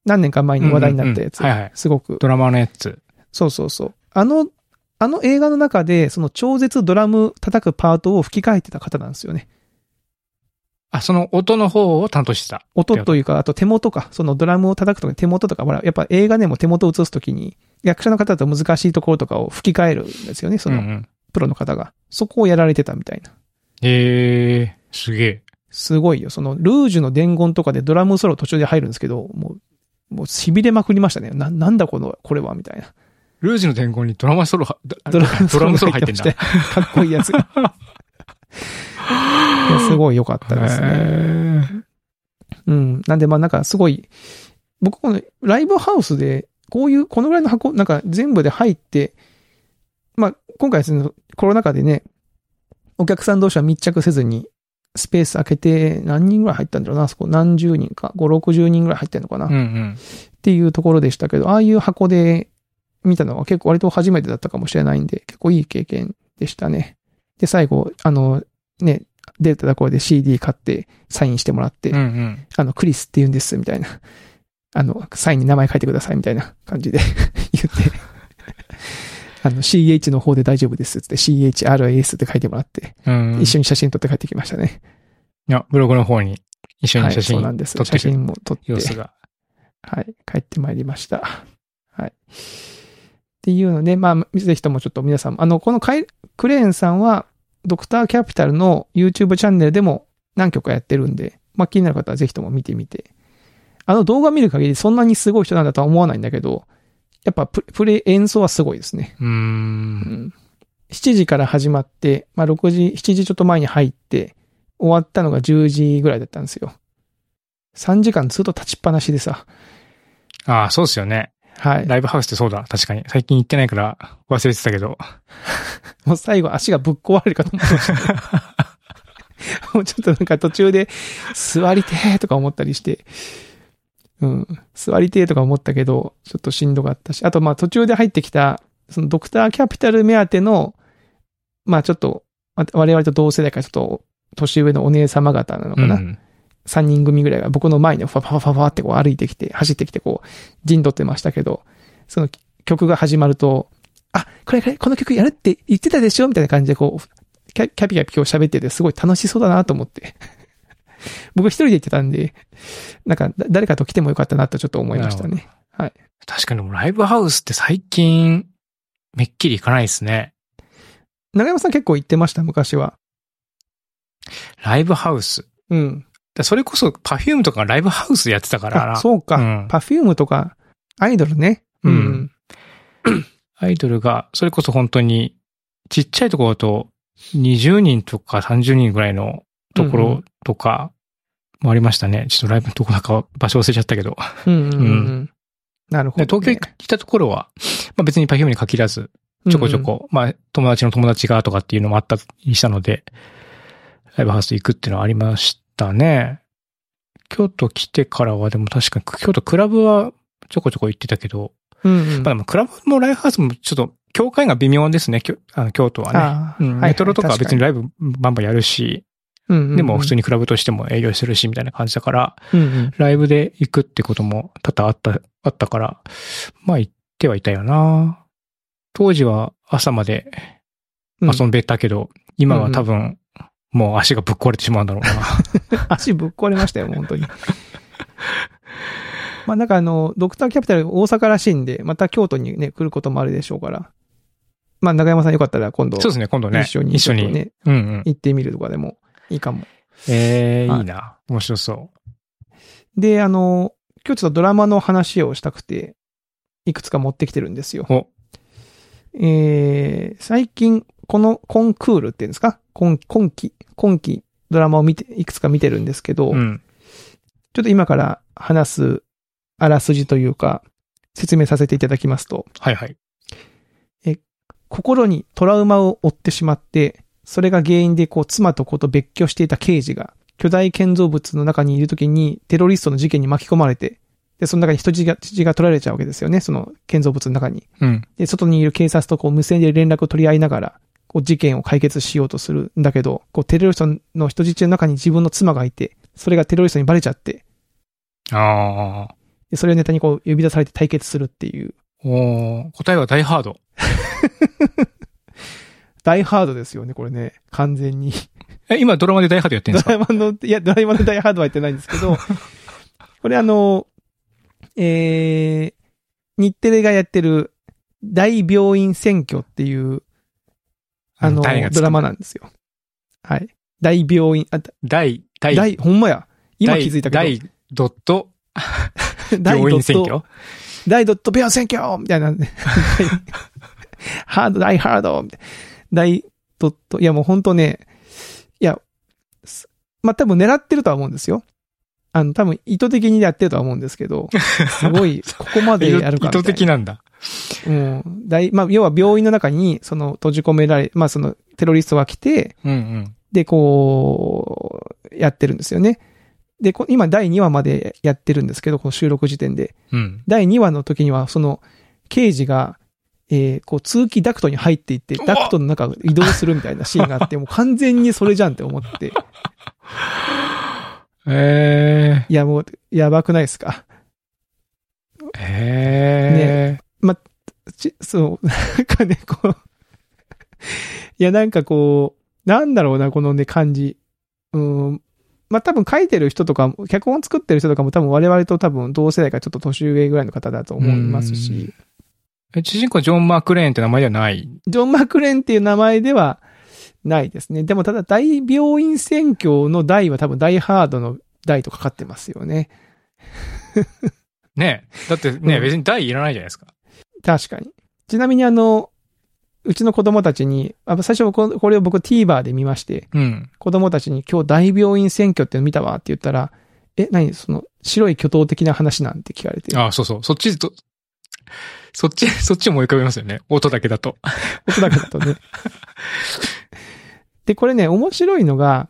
[SPEAKER 2] 何年か前に話題になったやつ。
[SPEAKER 1] うんうんうんはいはい
[SPEAKER 2] すごく。
[SPEAKER 1] ドラマーのやつ。
[SPEAKER 2] そうそうそう。あの、あの映画の中で、その超絶ドラム叩くパートを吹き替えてた方なんですよね。
[SPEAKER 1] あ、その音の方を担当してた。
[SPEAKER 2] 音というか、あと手元か、そのドラムを叩くとか手元とか、ほら、やっぱ映画でも手元を映すときに、役者の方だと難しいところとかを吹き替えるんですよね、そ
[SPEAKER 1] うん
[SPEAKER 2] の
[SPEAKER 1] うん
[SPEAKER 2] プロの方が。そこをやられてたみたいな。
[SPEAKER 1] へえ。すげえ。
[SPEAKER 2] すごいよ。その、ルージュの伝言とかでドラムソロ途中で入るんですけど、もう、もう痺れまくりましたね。な、なんだこの、これは、みたいな。
[SPEAKER 1] ルージュの伝言にドラマソロは、ド
[SPEAKER 2] ドラム
[SPEAKER 1] ドラムソロ入ってん
[SPEAKER 2] まし
[SPEAKER 1] だ
[SPEAKER 2] た。よかっこいいやつが。いやすごい良かったです
[SPEAKER 1] へ
[SPEAKER 2] ね。
[SPEAKER 1] ー
[SPEAKER 2] うん。なんで、まあなんかすごい、僕このライブハウスで、こういう、このぐらいの箱、なんか全部で入って、まあ今回そのコロナ禍でね、お客さん同士は密着せずに、スペース開けて何人ぐらい入ったんだろうな、あそこ何十人か、5、60人ぐらい入ってんのかな、
[SPEAKER 1] うん
[SPEAKER 2] っ
[SPEAKER 1] うん。
[SPEAKER 2] ていうところでしたけど、ああいう箱で見たのは結構割と初めてだったかもしれないんで、結構いい経験でしたね。で、最後、あの、ね、データだこれで CD 買ってサインしてもらって、
[SPEAKER 1] うんうん。
[SPEAKER 2] あの、クリスって言うんです、みたいな。あの、サインに名前書いてください、みたいな 感じで言って。あの、CH の方で大丈夫です、つって、CHRAS って書いてもらって、
[SPEAKER 1] うんうん
[SPEAKER 2] 一緒に写真撮って帰ってきましたね。
[SPEAKER 1] いや、ブログの方に一緒
[SPEAKER 2] は
[SPEAKER 1] に
[SPEAKER 2] い、
[SPEAKER 1] 写
[SPEAKER 2] そうなん
[SPEAKER 1] 真
[SPEAKER 2] です
[SPEAKER 1] 撮。っ
[SPEAKER 2] 写
[SPEAKER 1] てる
[SPEAKER 2] 真も撮って、
[SPEAKER 1] 様
[SPEAKER 2] は
[SPEAKER 1] 子が。
[SPEAKER 2] い、帰ってまいりました。はい。っていうので、まあ、ぜひともちょっと皆さん、あの、このカイクレーンさんは、ドクターキャピタルの YouTube チャンネルでも何曲かやってるんで、まあ気になる方はぜひとも見てみて。あの動画見る限りそんなにすごい人なんだとは思わないんだけど、やっぱププレイ、演奏はすごいですね。
[SPEAKER 1] うー。
[SPEAKER 2] うんん。7時から始まって、まあ6時、7時ちょっと前に入って、終わったのが10時ぐらいだったんですよ。3時間ずっと立ちっぱなしでさ。
[SPEAKER 1] ああ、そうですよね。
[SPEAKER 2] はい。
[SPEAKER 1] ライブハウスってそうだ。確かに。最近行ってないから忘れてたけど。
[SPEAKER 2] もう最後足がぶっ壊れるかと思ってました。もうちょっとなんか途中で、座りてーとか思ったりして、うん、座りてーとか思ったけど、ちょっとしんどかったし、あとまあ途中で入ってきた、そのドクターキャピタル目当ての、まあちょっと、ま我々と同世代からちょっと年上のお姉様方なのかな、
[SPEAKER 1] うん
[SPEAKER 2] 三人組ぐらいが僕の前にファファファファファってこう歩いてきて、走ってきてこう、陣取ってましたけど、その曲が始まると、あ、これこれ、この曲やるって言ってたでしょみたいな感じでこう、キャキャピキャピ今日喋っててすごい楽しそうだなと思って。 僕一人で行ってたんで、なんかだ誰かと来てもよかったなとちょっと思いました
[SPEAKER 1] な
[SPEAKER 2] ね。
[SPEAKER 1] 確かにもうライブハウスって最近、めっきり行かないですね。
[SPEAKER 2] 長山さん結構行ってました、昔は。
[SPEAKER 1] ライブハウス。
[SPEAKER 2] うん。
[SPEAKER 1] だそれこそ、パフュームとかライブハウスやってたから
[SPEAKER 2] あ
[SPEAKER 1] な。
[SPEAKER 2] そうか、
[SPEAKER 1] うん
[SPEAKER 2] パフュームとか、アイドルね。
[SPEAKER 1] うんアイドルが、それこそ本当に、ちっちゃいところだと、20人とか30人ぐらいのところとかもありましたね。ちょっとライブのとこなんか場所忘れちゃったけど。
[SPEAKER 2] うんうんうんうん
[SPEAKER 1] うん
[SPEAKER 2] なるほど、
[SPEAKER 1] で
[SPEAKER 2] ね。
[SPEAKER 1] 東京行ったところは、まあ別にパフュームに限らず、ちょこちょこ、まあ友達の友達がとかっていうのもあったりしたので、ライブハウス行くっていうのはありましたね。京都来てからはでも確かに、京都クラブはちょこちょこ行ってたけど、
[SPEAKER 2] うんうん。うんう
[SPEAKER 1] まあ
[SPEAKER 2] ん
[SPEAKER 1] でもクラブもライブハウスもちょっと境界が微妙ですね、きょあの京都はね。
[SPEAKER 2] あ
[SPEAKER 1] う
[SPEAKER 2] ー
[SPEAKER 1] ん、
[SPEAKER 2] はい
[SPEAKER 1] メトロとかは別に
[SPEAKER 2] はい
[SPEAKER 1] ライブバンバンやるし、
[SPEAKER 2] 確かに
[SPEAKER 1] でも普通
[SPEAKER 2] に。
[SPEAKER 1] にクラブとしても営業してるしみたいな感じだから、
[SPEAKER 2] うんうん
[SPEAKER 1] ライブで行くってことも多々あった、あったから、まあ行ってはいたよな。当時は朝まで
[SPEAKER 2] うん
[SPEAKER 1] 遊べたけど、今は多分もう足がぶっ壊れてしまうんだろうな。
[SPEAKER 2] 足ぶっ壊れましたよ、本当 に。まあなんかあの、ドクターキャピタル大阪らしいんで、また京都にね、来ることもあるでしょうから。まあ中山さんよかったら今度、
[SPEAKER 1] そうですね、今度ね。
[SPEAKER 2] 一緒に、
[SPEAKER 1] 一緒
[SPEAKER 2] ちょっと
[SPEAKER 1] に。
[SPEAKER 2] ね、
[SPEAKER 1] うんうん。
[SPEAKER 2] 行ってみるとかでもいいかも。
[SPEAKER 1] えー、
[SPEAKER 2] はい
[SPEAKER 1] いいな。面白そ
[SPEAKER 2] で、あの、今日ちょっとドラマの話をしたくて、いくつか持ってきてるんですよ
[SPEAKER 1] う。。お、
[SPEAKER 2] えー、最近、このコンクールっていうんですか今今期、今期ドラマを見て、いくつか見てるんですけど、
[SPEAKER 1] うん。
[SPEAKER 2] ちょっと今から話すあらすじというか、説明させていただきますと、
[SPEAKER 1] はいはい。
[SPEAKER 2] 心にトラウマを負ってしまって、それが原因でこう妻と子と別居していた刑事が、巨大建造物の中にいるときにテロリストの事件に巻き込まれて、で、その中に人質が人質が取られちゃうわけですよね、その建造物の中に。
[SPEAKER 1] うん。
[SPEAKER 2] で、外にいる警察とこう無線で連絡を取り合いながら、こう事件を解決しようとするんだけど、こうテロリストの人質の中に自分の妻がいて、それがテロリストにバレちゃって、
[SPEAKER 1] ああ。
[SPEAKER 2] でそれをネタにこう呼び出されて対決するっていう、
[SPEAKER 1] おー答えはダイハード。
[SPEAKER 2] ダイハードですよね、これね。完全に。
[SPEAKER 1] え、今ドラマでダイハードやってるん
[SPEAKER 2] ド
[SPEAKER 1] ですか
[SPEAKER 2] ラマの、いや、ドラマのダイハードは言ってないんですけ ど、これあの、えー、日テレがやってる大病院選挙っていう、 あの、
[SPEAKER 1] 誰が作
[SPEAKER 2] ド
[SPEAKER 1] る
[SPEAKER 2] ラマなんですよ。はい。大病院、あ、
[SPEAKER 1] 大、大、
[SPEAKER 2] 大、ほんまや。今
[SPEAKER 1] 大
[SPEAKER 2] 気づいたけ
[SPEAKER 1] 大ドット
[SPEAKER 2] ど、大
[SPEAKER 1] 病
[SPEAKER 2] ド
[SPEAKER 1] 院選
[SPEAKER 2] ット、
[SPEAKER 1] 挙
[SPEAKER 2] 大ドット病院選挙みたいな。 ハード、大ハードみたいな大ドット、いやもうほんとね、いや、すまあ、多分狙ってるとは思うんですよ。あの、多分意図的にやってるとは思うんです けど、すごい、ここまでやるかみたいな。
[SPEAKER 1] 意図的なんだ。
[SPEAKER 2] うん。だい、まあ、要は病院の中に、その、閉じ込められ、まあ、その、テロリストが来て、
[SPEAKER 1] うんうん。
[SPEAKER 2] で、こう、やってるんですよね。で、こ今、第2話までやってるんですけど、この収録時点で。
[SPEAKER 1] うん。
[SPEAKER 2] 第2話の時には、その、刑事が、えーこう、通気ダクトに入っていって、
[SPEAKER 1] うわ
[SPEAKER 2] ダクトの中を移動するみたいなシーンが あって、もう完全にそれじゃんって思って、
[SPEAKER 1] え
[SPEAKER 2] いや、もう、やばくないですか。
[SPEAKER 1] ー、え
[SPEAKER 2] ちそう、なんかね、こう、いや、なんかこう、なんだろうな、このね、感じ。うん。まあ、多分書いてる人とか、脚本作ってる人とかも多分我々と多分同世代からちょっと年上ぐらいの方だと思いますし、
[SPEAKER 1] ーえ主人公ジョン・マークレーンって名前ではない。
[SPEAKER 2] ジョン・マクレンっていう名前ではないですね。でもただ、大病院選挙の代は多分大ハードの代とかかってますよね。
[SPEAKER 1] ねだってね、
[SPEAKER 2] うん
[SPEAKER 1] 別に第いらないじゃないですか。
[SPEAKER 2] 確かに。ちなみにあの、うちの子供たちに、あ最初ここれを僕 TVer で見まして、
[SPEAKER 1] うん。
[SPEAKER 2] 子供たちに今日大病院選挙っていうの見たわって言ったら、え、何その白い巨頭的な話なんて聞かれて。
[SPEAKER 1] あそうそう。そっちと、そっち、 そっちも思い浮かべますよね。音だけだと。
[SPEAKER 2] おそらくだとね。で、これね、面白いのが、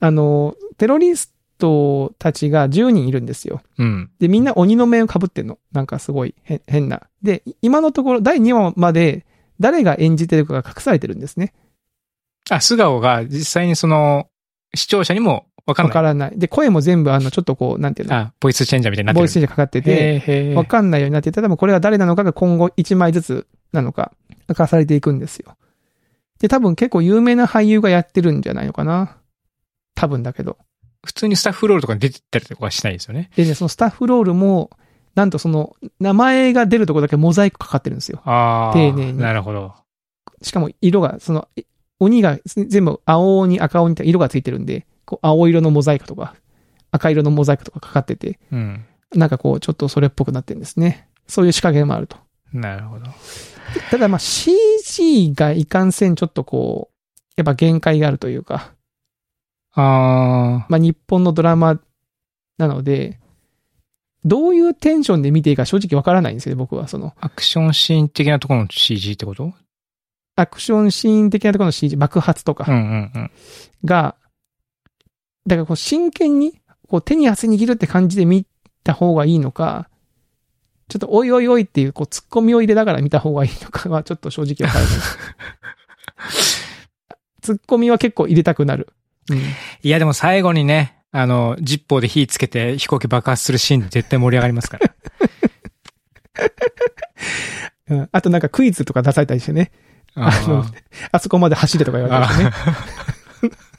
[SPEAKER 2] あの、テロリストたちが10人いるんですよ。
[SPEAKER 1] うん。
[SPEAKER 2] で、みんな鬼の面を被ってんの。なんかすごいへ変な。で、今のところ第2話まで誰が演じてるかが隠されてるんですね。
[SPEAKER 1] あ、素顔が実際にその、視聴者にもわかん
[SPEAKER 2] わ
[SPEAKER 1] な
[SPEAKER 2] か
[SPEAKER 1] い。
[SPEAKER 2] らない。で、声も全部あの、ちょっとこう、なんていうの、
[SPEAKER 1] あ、ボイスチェンジャーみたいになってる。
[SPEAKER 2] ボイスチェンジかかってて、
[SPEAKER 1] へーへー
[SPEAKER 2] わかんないようになっていて、多分これが誰なのかが今後1枚ずつなのか、明かされていくんですよ。で、多分結構有名な俳優がやってるんじゃないのかな。多分だけど。
[SPEAKER 1] 普通にスタッフロールとかに出てったりとかはしないですよね。
[SPEAKER 2] でね、そのスタッフロールも、なんとその、名前が出るとこだけモザイクかかってるんですよ。
[SPEAKER 1] ああ。
[SPEAKER 2] 丁寧に
[SPEAKER 1] なるほど。
[SPEAKER 2] しかも色が、その、い鬼が全部青鬼、赤鬼って色がついてるんで、こう青色のモザイクとか、赤色のモザイクとかかかってて、
[SPEAKER 1] うん。
[SPEAKER 2] なんかこう、ちょっとそれっぽくなってるんですね。そういう仕掛けもあると。
[SPEAKER 1] なるほど。
[SPEAKER 2] ただまあ CG がいかんせんちょっとこう、やっぱ限界があるというか、
[SPEAKER 1] ああ。
[SPEAKER 2] まあ日本のドラマなので、どういうテンションで見ていいか正直わからないんですよね、僕は。その、
[SPEAKER 1] アクションシーン的なところの CG ってこと
[SPEAKER 2] アクションシーン的なところの CG、爆発と
[SPEAKER 1] うん
[SPEAKER 2] か
[SPEAKER 1] うんうん。
[SPEAKER 2] が、だからこう真剣に、こう手に汗握るって感じで見た方がいいのか、ちょっとおいおいおいっていうこう突っ込みを入れながら見た方がいいのかはちょっと正直わからない。突っ込みは結構入れたくなる。うん
[SPEAKER 1] いやでも最後にね、あの、ジッポーで火つけて飛行機爆発するシーンで絶対盛り上がります から。
[SPEAKER 2] うんあとなんかクイズとか出されたりしてね。
[SPEAKER 1] あ
[SPEAKER 2] あの
[SPEAKER 1] ー
[SPEAKER 2] あそこまで走れとか言われたりしてね。
[SPEAKER 1] あ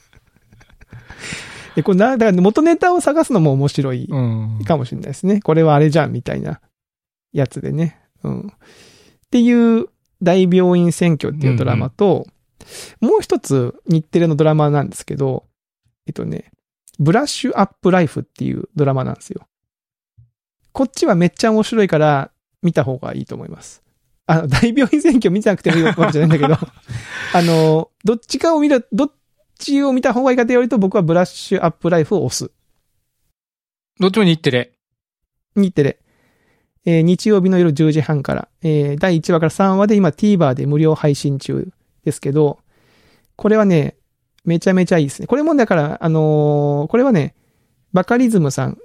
[SPEAKER 2] で、これな、だから元ネタを探すのも面白い
[SPEAKER 1] ー。うん。
[SPEAKER 2] かもしれないですね。これはあれじゃん、みたいなやつでね。うん。っていう、大病院選挙っていうドラマと、もう一つ日テレのドラマなんですけど、えっとね、ブラッシュアップライフっていうドラマなんですよ。こっちはめっちゃ面白いから見た方がいいと思います。あの、大病院選挙見てなくてもいいわけじゃないんだ けど、あの、どっちかを見る、どっちを見た方がいいかと言われると僕はブラッシュアップライフを押す。
[SPEAKER 1] どっちも日テレ。
[SPEAKER 2] 日テレ。えー日曜日の夜10時半から、えー第1話から3話で今 TVer で無料配信中ですけど、これはね、めちゃめちゃいいですね。これもだから、あのーこれはね、バカリズムさん、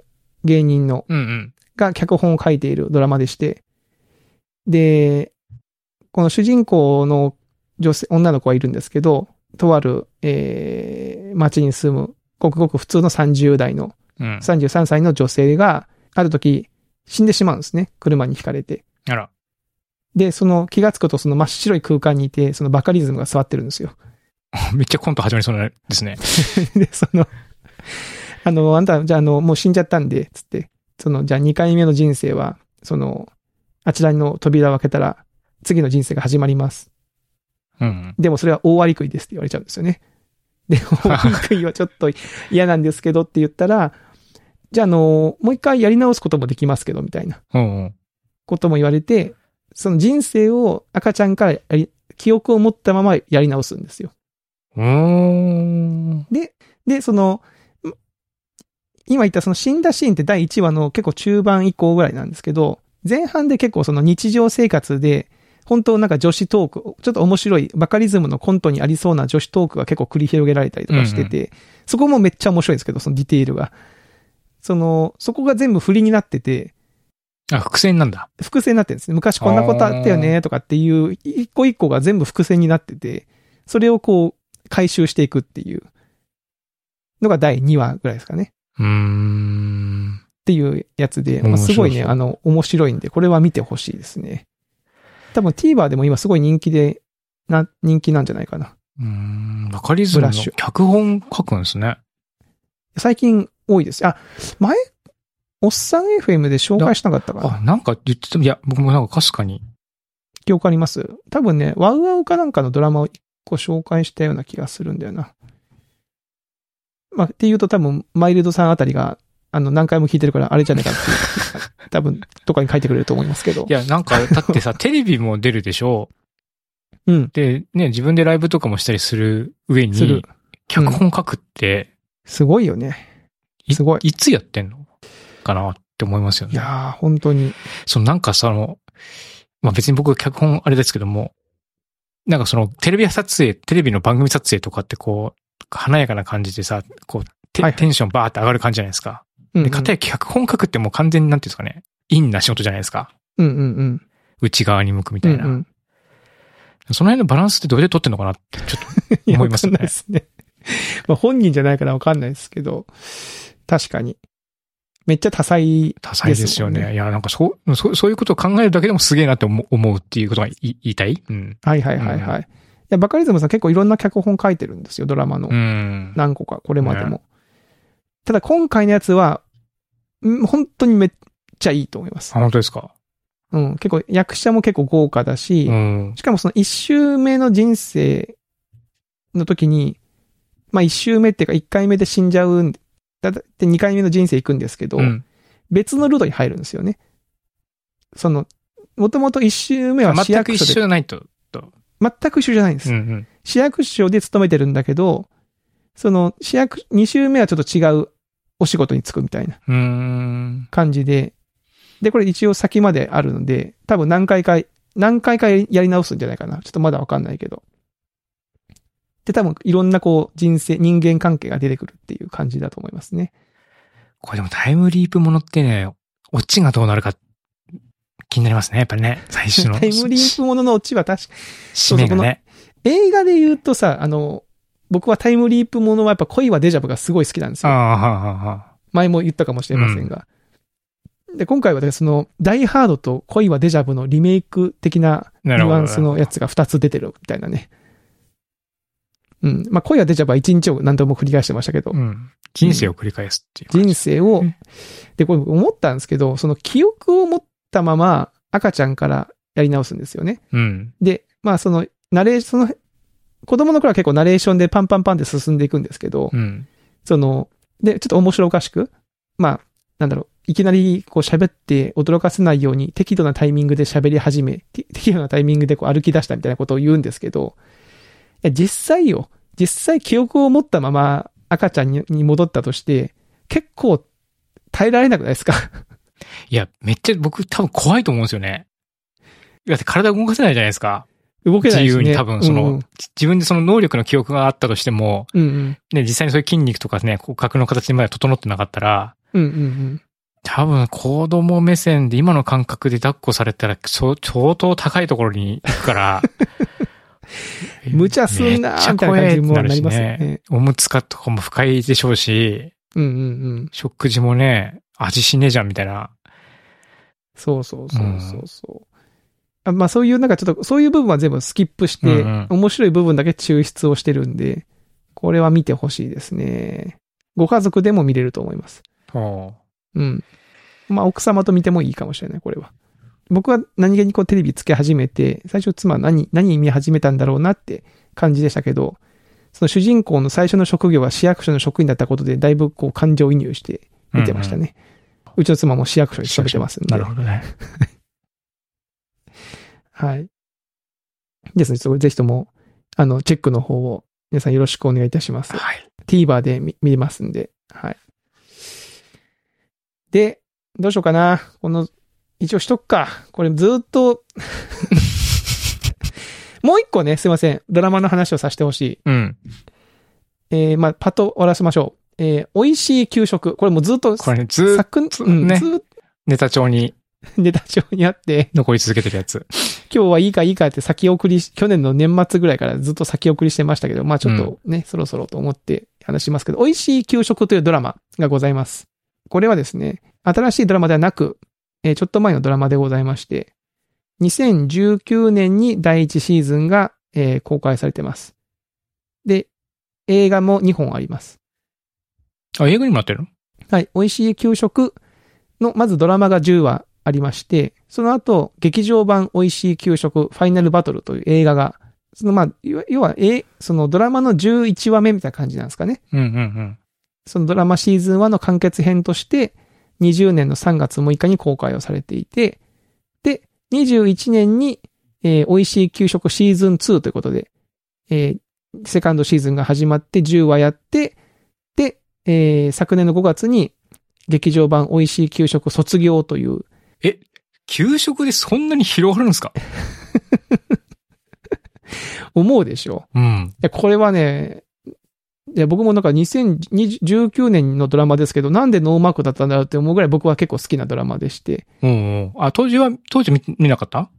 [SPEAKER 2] 芸人の、
[SPEAKER 1] うんうん。
[SPEAKER 2] が脚本を書いているドラマでして、で、この主人公の女性、女の子がいるんですけど、とある、えー町に住む、ごくごく普通の30代の
[SPEAKER 1] うん。
[SPEAKER 2] 33歳の女性が、ある時、死んでしまうんですね。車に轢かれて。
[SPEAKER 1] あら。
[SPEAKER 2] で、その気がつくとその真っ白い空間にいて、そのバカリズムが座ってるんですよ。
[SPEAKER 1] めっちゃコント始まりそうなですね。
[SPEAKER 2] で、その、あの、あんた、じゃあ、あの、もう死んじゃったんで、つって、その、じゃあ2回目の人生は、その、あちらの扉を開けたら、次の人生が始まります。
[SPEAKER 1] うん。
[SPEAKER 2] でもそれは大割り食いですって言われちゃうんですよね。で、大割り食いはちょっと嫌なんですけどって言ったら、じゃあ、あの、もう一回やり直すこともできますけど、みたいな。
[SPEAKER 1] うんうん。
[SPEAKER 2] ことも言われて、その人生を赤ちゃんからやり記憶を持ったままやり直すんですよ。
[SPEAKER 1] おうーん。
[SPEAKER 2] で、その、ん今言ったその死んだシーンって第1話の結構中盤以降ぐらいなんですけど、前半で結構その日常生活で、本当なんか女子トーク、ちょっと面白い、バカリズムのコントにありそうな女子トークが結構繰り広げられたりとかしてて、そこもめっちゃ面白いんですけど、そのディテールが。その、そこが全部振りになってて、
[SPEAKER 1] あ、伏線なんだ。
[SPEAKER 2] 伏線になってるんですね。昔こんなことあったよね、とかっていう、一個一個が全部伏線になってて、それをこう、回収していくっていうのが第2話ぐらいですかね。
[SPEAKER 1] うーん。
[SPEAKER 2] っていうやつで、まあ、
[SPEAKER 1] 面白
[SPEAKER 2] す
[SPEAKER 1] そう
[SPEAKER 2] ごいね、あの、面白いんで、これは見てほしいですね。多分 TVer でも今すごい人気で、な、人気なんじゃないかな。
[SPEAKER 1] うーん。バカリズム
[SPEAKER 2] ブ
[SPEAKER 1] の
[SPEAKER 2] ラッシュ
[SPEAKER 1] 脚本書くんですね。
[SPEAKER 2] 最近多いです。あ、前、おっさん FM で紹介しなかったかな
[SPEAKER 1] あ、なんか言ってた、いや、僕もなんかかすかに。
[SPEAKER 2] 記憶あります多分ね、ワウワウかなんかのドラマを一個紹介したような気がするんだよな。まあ、っていうと多分、マイルドさんあたりが、あの、何回も聞いてるから、あれじゃないかって いう、多分、とかに書いてくれると思いますけど
[SPEAKER 1] い。や、なんか、だ ってさ、テレビも出るでしょ
[SPEAKER 2] うん。
[SPEAKER 1] で、ね、自分でライブとかもしたりする上
[SPEAKER 2] する
[SPEAKER 1] に、脚本書くって、
[SPEAKER 2] すごいよね。すごい。
[SPEAKER 1] いつやってんのかなって思いますよ
[SPEAKER 2] い
[SPEAKER 1] ね。
[SPEAKER 2] やー、本当に。
[SPEAKER 1] そのなんかその、まあ別に僕脚本あれですけども、なんかそのテレビ撮影、テレビの番組撮影とかってこう、華やかな感じでさ、こう、テ,、
[SPEAKER 2] はいはい
[SPEAKER 1] テンションバーって上がる感じじゃないですか。
[SPEAKER 2] うん、う
[SPEAKER 1] で、
[SPEAKER 2] ん。
[SPEAKER 1] 片や脚本書くってもう完全になんていうんですかね、インな仕事じゃないですか。
[SPEAKER 2] うんうんうん。
[SPEAKER 1] 内側に向くみ
[SPEAKER 2] う
[SPEAKER 1] たい
[SPEAKER 2] ん
[SPEAKER 1] な。
[SPEAKER 2] うん。
[SPEAKER 1] その辺のバランスってどれで取ってんのかなって、ちょっ
[SPEAKER 2] いや
[SPEAKER 1] 思いますね
[SPEAKER 2] わかんないですね。まあ、本人じゃないからわかんないですけど、確かに。めっちゃ多彩。
[SPEAKER 1] と多彩ですよね。
[SPEAKER 2] ですもん
[SPEAKER 1] いや、なんかそう、そうそういうことを考えるだけでもすげえなって思う思うっていうことがい言いたいうん。
[SPEAKER 2] はいはいはいはい。いや、バカリズムさん結構いろんな脚本書いてるんですよ、ドラマの。
[SPEAKER 1] うん。
[SPEAKER 2] 何個か、これまでも。ただ今回のやつは、ん本当にめっちゃいいと思います
[SPEAKER 1] あ、。本当ですか。
[SPEAKER 2] うん。結構役者も結構豪華だし、
[SPEAKER 1] うん。
[SPEAKER 2] しかもその一周目の人生の時に、まあ一周目っていうか一回目で死んじゃうんでだって二回目の人生行くんですけど、
[SPEAKER 1] うん
[SPEAKER 2] 別のルートに入るんですよね。その、もともと一周目は市
[SPEAKER 1] 全く
[SPEAKER 2] 役
[SPEAKER 1] 一緒
[SPEAKER 2] 所
[SPEAKER 1] じ
[SPEAKER 2] で、
[SPEAKER 1] ゃないと。
[SPEAKER 2] 全く一緒じゃないんです。
[SPEAKER 1] うんうん。
[SPEAKER 2] 市役所で勤めてるんだけど、その市役、二周目はちょっと違うお仕事に就くみたいな
[SPEAKER 1] うーん。
[SPEAKER 2] 感じで、で、これ一応先まであるので、多分何回か、何回かやり直すんじゃないかな。ちょっとまだわかんないけど。で、多分いろんなこう人生、人間関係が出てくるっていう感じだと思いますね。
[SPEAKER 1] これでもタイムリープものってね、オチがどうなるか気になりますね。やっぱりね、最初の。
[SPEAKER 2] タイムリープもののオチは確か、
[SPEAKER 1] 締めがね。
[SPEAKER 2] 映画で言うとさ、あの、僕はタイムリープものはやっぱ恋はデジャブがすごい好きなんです
[SPEAKER 1] あ
[SPEAKER 2] よ
[SPEAKER 1] あ、。はあ、はあ、は
[SPEAKER 2] 前も言ったかもしれませんが。で、今回はねその、ダイハードと恋はデジャブのリメイク的な
[SPEAKER 1] あ。な
[SPEAKER 2] ニ
[SPEAKER 1] るほ
[SPEAKER 2] ュ
[SPEAKER 1] ど。
[SPEAKER 2] アンスのやつが2つ出てるみたいなね。うん。まあ、恋はデジャブは1日を何度も繰り返してましたけど、
[SPEAKER 1] うん。人生を繰り返すっていう。
[SPEAKER 2] 人生を
[SPEAKER 1] うん、
[SPEAKER 2] で、これ思ったんですけど、その記憶を持ったまま赤ちゃんからやり直すんですよね。
[SPEAKER 1] うん。
[SPEAKER 2] で、まあその、ナレーその、子供の頃は結構ナレーションでパンパンパンって進んでいくんですけど、
[SPEAKER 1] うん。
[SPEAKER 2] その、で、ちょっと面白おかしく、まあ、なんだろう、いきなりこう喋って驚かせないように適度なタイミングで喋り始め、て適度なタイミングでこう歩き出したみたいなことを言うんですけど、いや、実際よ、実際記憶を持ったまま赤ちゃんにに戻ったとして、結構耐えられなくないですか
[SPEAKER 1] いや、めっちゃ僕多分怖いと思うんですよね。だって体動かせないじゃないですか。
[SPEAKER 2] 動けないし、
[SPEAKER 1] 自
[SPEAKER 2] ね、
[SPEAKER 1] 由に多分その
[SPEAKER 2] うんうん
[SPEAKER 1] 自分でその能力の記憶があったとしても、
[SPEAKER 2] うんうん。
[SPEAKER 1] ね、実際にそういう筋肉とかね、骨格の形にまで整ってなかったら、
[SPEAKER 2] うんうんうん。
[SPEAKER 1] 多分子供目線で今の感覚で抱っこされたら、そう相当高いところに行くから。
[SPEAKER 2] 無茶すんなーみたいな
[SPEAKER 1] め
[SPEAKER 2] 感
[SPEAKER 1] っ
[SPEAKER 2] じ
[SPEAKER 1] ちゃ
[SPEAKER 2] にも
[SPEAKER 1] 怖えって
[SPEAKER 2] なりますよ
[SPEAKER 1] なるしね
[SPEAKER 2] ね。
[SPEAKER 1] おむつかとかも不快でしょうし、
[SPEAKER 2] うんうんうん。
[SPEAKER 1] 食事もね、味しねえじゃんみたいな。
[SPEAKER 2] そうそうそうそうそう。あまあそういうなんかちょっと、そういう部分は全部スキップして、
[SPEAKER 1] うん
[SPEAKER 2] 面白い部分だけ抽出をしてるんで、これは見てほしいですね。ご家族でも見れると思います。うん。まあ奥様と見てもいいかもしれない、これは。僕は何気にこうテレビつけ始めて、最初妻は何、何見始めたんだろうなって感じでしたけど、その主人公の最初の職業が市役所の職員だったことで、だいぶこう感情移入して見てましたね。うちの妻も市役所に勤めてますんで。
[SPEAKER 1] なるほどね。
[SPEAKER 2] はい。ですね、ちょっとぜひとも、あの、チェックの方を皆さんよろしくお願いいたします。
[SPEAKER 1] はい。
[SPEAKER 2] TVer で見見れますんで。はい。で、どうしようかな。この、一応しとくか。これずっと、もう一個ね、すいません。ドラマの話をさせてほしい。
[SPEAKER 1] うん。
[SPEAKER 2] えー、まあ、パッと終わらせましょう。えー、美味しい給食。これもうずっと、
[SPEAKER 1] これね、ずーっと
[SPEAKER 2] 昨
[SPEAKER 1] ず
[SPEAKER 2] うん、
[SPEAKER 1] ね
[SPEAKER 2] ずっと
[SPEAKER 1] ネタ帳に
[SPEAKER 2] ネタ帳にあって、
[SPEAKER 1] 残り続けてるやつ。
[SPEAKER 2] 今日はいいかいいかって先送りし、去年の年末ぐらいからずっと先送りしてましたけど、まあちょっとね、そろそろと思って話しますけど、美味しい給食というドラマがございます。これはですね、新しいドラマではなく、えーちょっと前のドラマでございまして、2019年に第1シーズンが、えー公開されてます。で、映画も2本あります。
[SPEAKER 1] あ、英語にもなってるの
[SPEAKER 2] はい。美味しい給食の、まずドラマが10話ありまして、その後、劇場版美味しい給食ファイナルバトルという映画が、そのまあ、要要は、え、そのドラマの11話目みたいな感じなんですかね。
[SPEAKER 1] うんうん
[SPEAKER 2] そのドラマシーズン1の完結編として、20年の3月6日に公開をされていて、で、21年に、えー美味しい給食シーズン2ということで、えーセカンドシーズンが始まって10話やって、で、えー昨年の5月に、劇場版美味しい給食卒業という、
[SPEAKER 1] 給食でそんなに広がるんですか
[SPEAKER 2] 思うでしょ
[SPEAKER 1] うん。
[SPEAKER 2] いや、これはね、いや、僕もなんか2019年のドラマですけど、なんでノーマークだったんだろうって思うぐらい僕は結構好きなドラマでして、
[SPEAKER 1] おうおうあ、当時は、当時見見なかった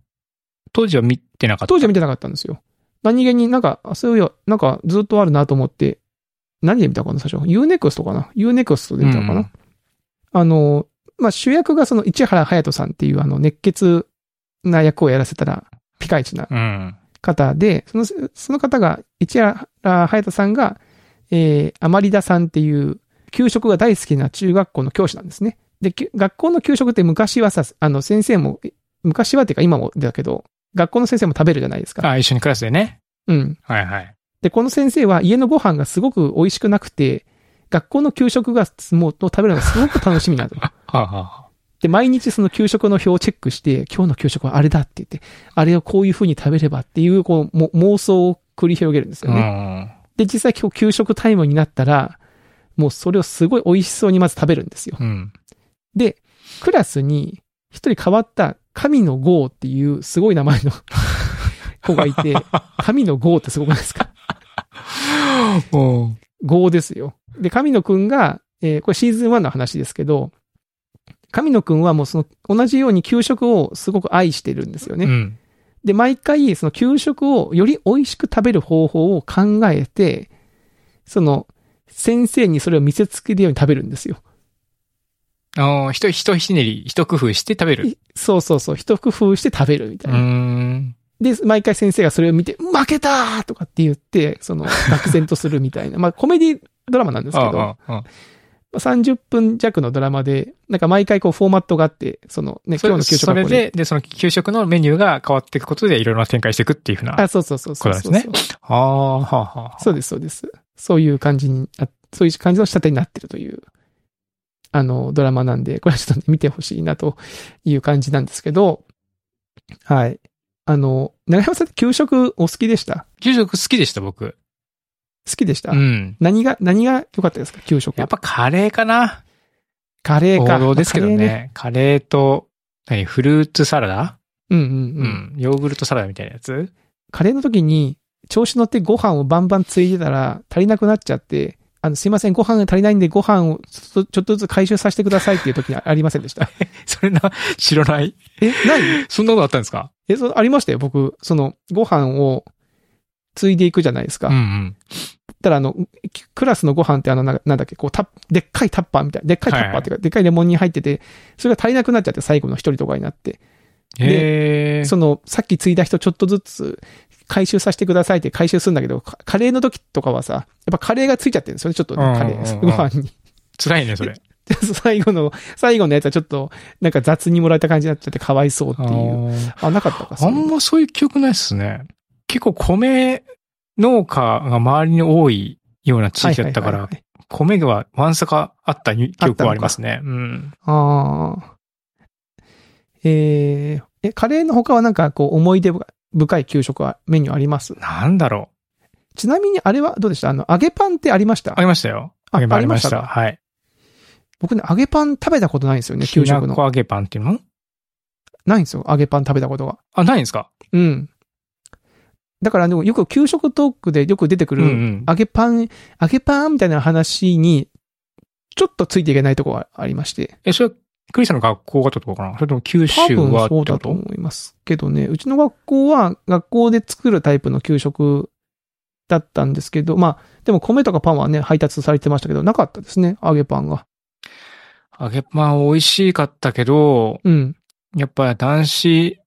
[SPEAKER 1] 当時は見てなかった。
[SPEAKER 2] 当時は見てなかったんですよ。何気になんか、あそういや、なんかずっとあるなと思って、何で見たかな、最初。UNEXT かな ?UNEXT で見たのかな、
[SPEAKER 1] うん
[SPEAKER 2] あの、まあ、主役がその市原隼人さんっていうあの熱血な役をやらせたら、ピカイチな
[SPEAKER 1] うん。
[SPEAKER 2] 方で、その、その方が、市原隼人さんが、えー、アマリダさんっていう、給食が大好きな中学校の教師なんですね。で、きゅ学校の給食って昔はさ、あの、先生も、え昔はっていうか今もだけど、学校の先生も食べるじゃないですか。
[SPEAKER 1] あ、一緒にクラスでね。
[SPEAKER 2] うん。
[SPEAKER 1] はいはい。
[SPEAKER 2] で、この先生は家のご飯がすごく美味しくなくて、学校の給食がもう食べるのがすごく楽しみなの。
[SPEAKER 1] はあ、はあはあ、
[SPEAKER 2] で、毎日その給食の表をチェックして、今日の給食はあれだって言って、あれをこういう風に食べればっていう、こう、も妄想を繰り広げるんですよね。で、実際今日給食タイムになったら、もうそれをすごい美味しそうにまず食べるんですよ。
[SPEAKER 1] うん。うん。
[SPEAKER 2] で、クラスに一人変わった神のゴーっていうすごい名前の子がいて、神のゴーってすごくないですか
[SPEAKER 1] おう
[SPEAKER 2] ゴーですよ。で、神野くんが、えーこれシーズン1の話ですけど、神野くんはもうその同じように給食をすごく愛してるんですよね。
[SPEAKER 1] うん。
[SPEAKER 2] で、毎回、その給食をより美味しく食べる方法を考えて、その、先生にそれを見せつけるように食べるんですよ。
[SPEAKER 1] ああ、ひと、ひとひねり、ひと工夫して食べる。
[SPEAKER 2] いそうそうそう、一工夫して食べるみ
[SPEAKER 1] う
[SPEAKER 2] たい
[SPEAKER 1] ー
[SPEAKER 2] な。
[SPEAKER 1] ん。
[SPEAKER 2] で、毎回先生がそれを見て、負けたーとかって言って、その、愕然とするみたいな。ま あ、コメディドラマなんですけど、
[SPEAKER 1] ああああ
[SPEAKER 2] まあ30分弱のドラマで、なんか毎回こうフォーマットがあって、そのね、
[SPEAKER 1] そ
[SPEAKER 2] 今
[SPEAKER 1] れ
[SPEAKER 2] 日の給食
[SPEAKER 1] そ
[SPEAKER 2] は
[SPEAKER 1] れ
[SPEAKER 2] こ
[SPEAKER 1] で、で、その給食のメニューが変わっていくことでいろいろな展開していくっていうふうな。
[SPEAKER 2] あ、そうそうそうそうそ
[SPEAKER 1] こ
[SPEAKER 2] う
[SPEAKER 1] れですああ、はあ、はあ。
[SPEAKER 2] そうです、そうです。そういう感じに、あそういう感じの仕立てになってるという、あの、ドラマなんで、これはちょっと、ね、見てほしいなという感じなんですけど、はい。あの、長山さんって給食お好きでした
[SPEAKER 1] 給食好きでした、僕。
[SPEAKER 2] 好きでした、
[SPEAKER 1] うん。
[SPEAKER 2] 何が、何が良かったですか給食。
[SPEAKER 1] やっぱカレーかな
[SPEAKER 2] カレー
[SPEAKER 1] 王
[SPEAKER 2] か。
[SPEAKER 1] 道ですけどね。
[SPEAKER 2] まあ
[SPEAKER 1] カ
[SPEAKER 2] カ
[SPEAKER 1] レ
[SPEAKER 2] レー
[SPEAKER 1] ーと、何フルーツサラダ、
[SPEAKER 2] うん
[SPEAKER 1] う
[SPEAKER 2] うん
[SPEAKER 1] ん、
[SPEAKER 2] うん。
[SPEAKER 1] ヨーグルトサラダみたいなやつ
[SPEAKER 2] カレーの時に、調子乗ってご飯をバンバンついてたら、足りなくなっちゃって、あの、すいません、ご飯が足りないんで、ご飯をちょっとちょっとずつ回収させてくださいっていう時にありませんでした。
[SPEAKER 1] それな、知らない
[SPEAKER 2] え、ない
[SPEAKER 1] そんなことあったんですか
[SPEAKER 2] え、そう、ありましたよ、僕。その、ご飯を、ついでいくじゃないですか。
[SPEAKER 1] うんうん。
[SPEAKER 2] たら、あの、きクラスのご飯ってあの、ななんだっけ、こう、タッでっかいタッパーみたいな、でっかいタッパーっていうか、でっかいレモンに入ってて、それが足りなくなっちゃって、最後の一人とかになって、
[SPEAKER 1] へえ。
[SPEAKER 2] その、さっきついだ人ちょっとずつ、回収させてくださいって回収するんだけど、カカレーの時とかはさ、やっぱカレーがついちゃってるんですよね、ちょっとね、
[SPEAKER 1] うんうんうん
[SPEAKER 2] カレー、ご 飯に。
[SPEAKER 1] 辛いね、それ。
[SPEAKER 2] で最後の、最後のやつはちょっと、なんか雑にもらえた感じになっちゃって、かわいそうって
[SPEAKER 1] あ
[SPEAKER 2] いう。
[SPEAKER 1] ー
[SPEAKER 2] あ、なかったか、
[SPEAKER 1] あ
[SPEAKER 2] そういうんの
[SPEAKER 1] まそういう記憶ないっすね。結構米農家が周りに多いような地域だったか
[SPEAKER 2] はいはいはいは
[SPEAKER 1] ら
[SPEAKER 2] い、
[SPEAKER 1] 米がわんさかあった記
[SPEAKER 2] あった
[SPEAKER 1] 憶
[SPEAKER 2] の
[SPEAKER 1] は
[SPEAKER 2] か
[SPEAKER 1] ありますね。うん。
[SPEAKER 2] ああ。えーえ、カレーの他はなんかこう思い出深い給食はメニューあります
[SPEAKER 1] なんだろ
[SPEAKER 2] ちなみにあれはどうでしたあの、揚げパンってありました
[SPEAKER 1] ありましたよ。
[SPEAKER 2] あ
[SPEAKER 1] 揚げパンありました。
[SPEAKER 2] ありま
[SPEAKER 1] はい。
[SPEAKER 2] 僕ね、揚げパン食べたことないんですよね、
[SPEAKER 1] き
[SPEAKER 2] 給
[SPEAKER 1] な
[SPEAKER 2] 食
[SPEAKER 1] こ
[SPEAKER 2] の。
[SPEAKER 1] 揚げパンっていうの
[SPEAKER 2] ないんですよ、揚げパン食べたことが。
[SPEAKER 1] あ、ないんですか
[SPEAKER 2] うん。だから、でもよく給食トークでよく出てく
[SPEAKER 1] うんう
[SPEAKER 2] る、
[SPEAKER 1] ん。
[SPEAKER 2] 揚げパン、揚げパンみたいな話に、ちょっとついていけないとこがありまして。
[SPEAKER 1] え、それ、クリスさんの学校がってことかなそれとも九州
[SPEAKER 2] 多分
[SPEAKER 1] はって
[SPEAKER 2] そ
[SPEAKER 1] こ
[SPEAKER 2] うだ
[SPEAKER 1] と
[SPEAKER 2] と思いますけどね。うちの学校は学校で作るタイプの給食だったんですけど、まあ、でも米とかパンはね、配達されてましたけど、なかったですね、揚げパンが。
[SPEAKER 1] 揚げパン美味しかったけど、
[SPEAKER 2] うん。
[SPEAKER 1] やっぱ男子、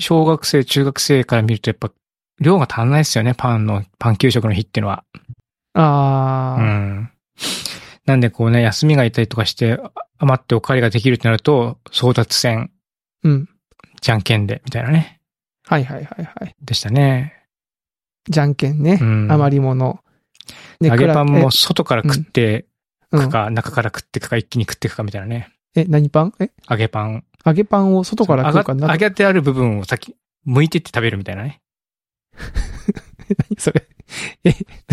[SPEAKER 1] 小学生、中学生から見るとやっぱ量が足んないですよね、パンの、パン給食の日っていうのは。
[SPEAKER 2] あ
[SPEAKER 1] う
[SPEAKER 2] ー、
[SPEAKER 1] ん。なんでこうね、休みがいたりとかして、あ余ってお借りができるってなると、争奪戦、
[SPEAKER 2] うん。
[SPEAKER 1] じゃんけんで、みたいなね。
[SPEAKER 2] はいはいはいはい。
[SPEAKER 1] でしたね。
[SPEAKER 2] じゃんけんね。
[SPEAKER 1] うん。
[SPEAKER 2] 余り物。ね
[SPEAKER 1] 揚げパンも
[SPEAKER 2] く
[SPEAKER 1] 外から食って
[SPEAKER 2] らえ
[SPEAKER 1] くか、中から食ってくか、一気に食ってくかみたいなね。
[SPEAKER 2] うんえ、何パンえ
[SPEAKER 1] 揚げパン。
[SPEAKER 2] 揚げパンを外から食うか
[SPEAKER 1] 揚
[SPEAKER 2] な
[SPEAKER 1] が揚げてある部分を先、剥いてって食べるみたいなね。
[SPEAKER 2] 何それ。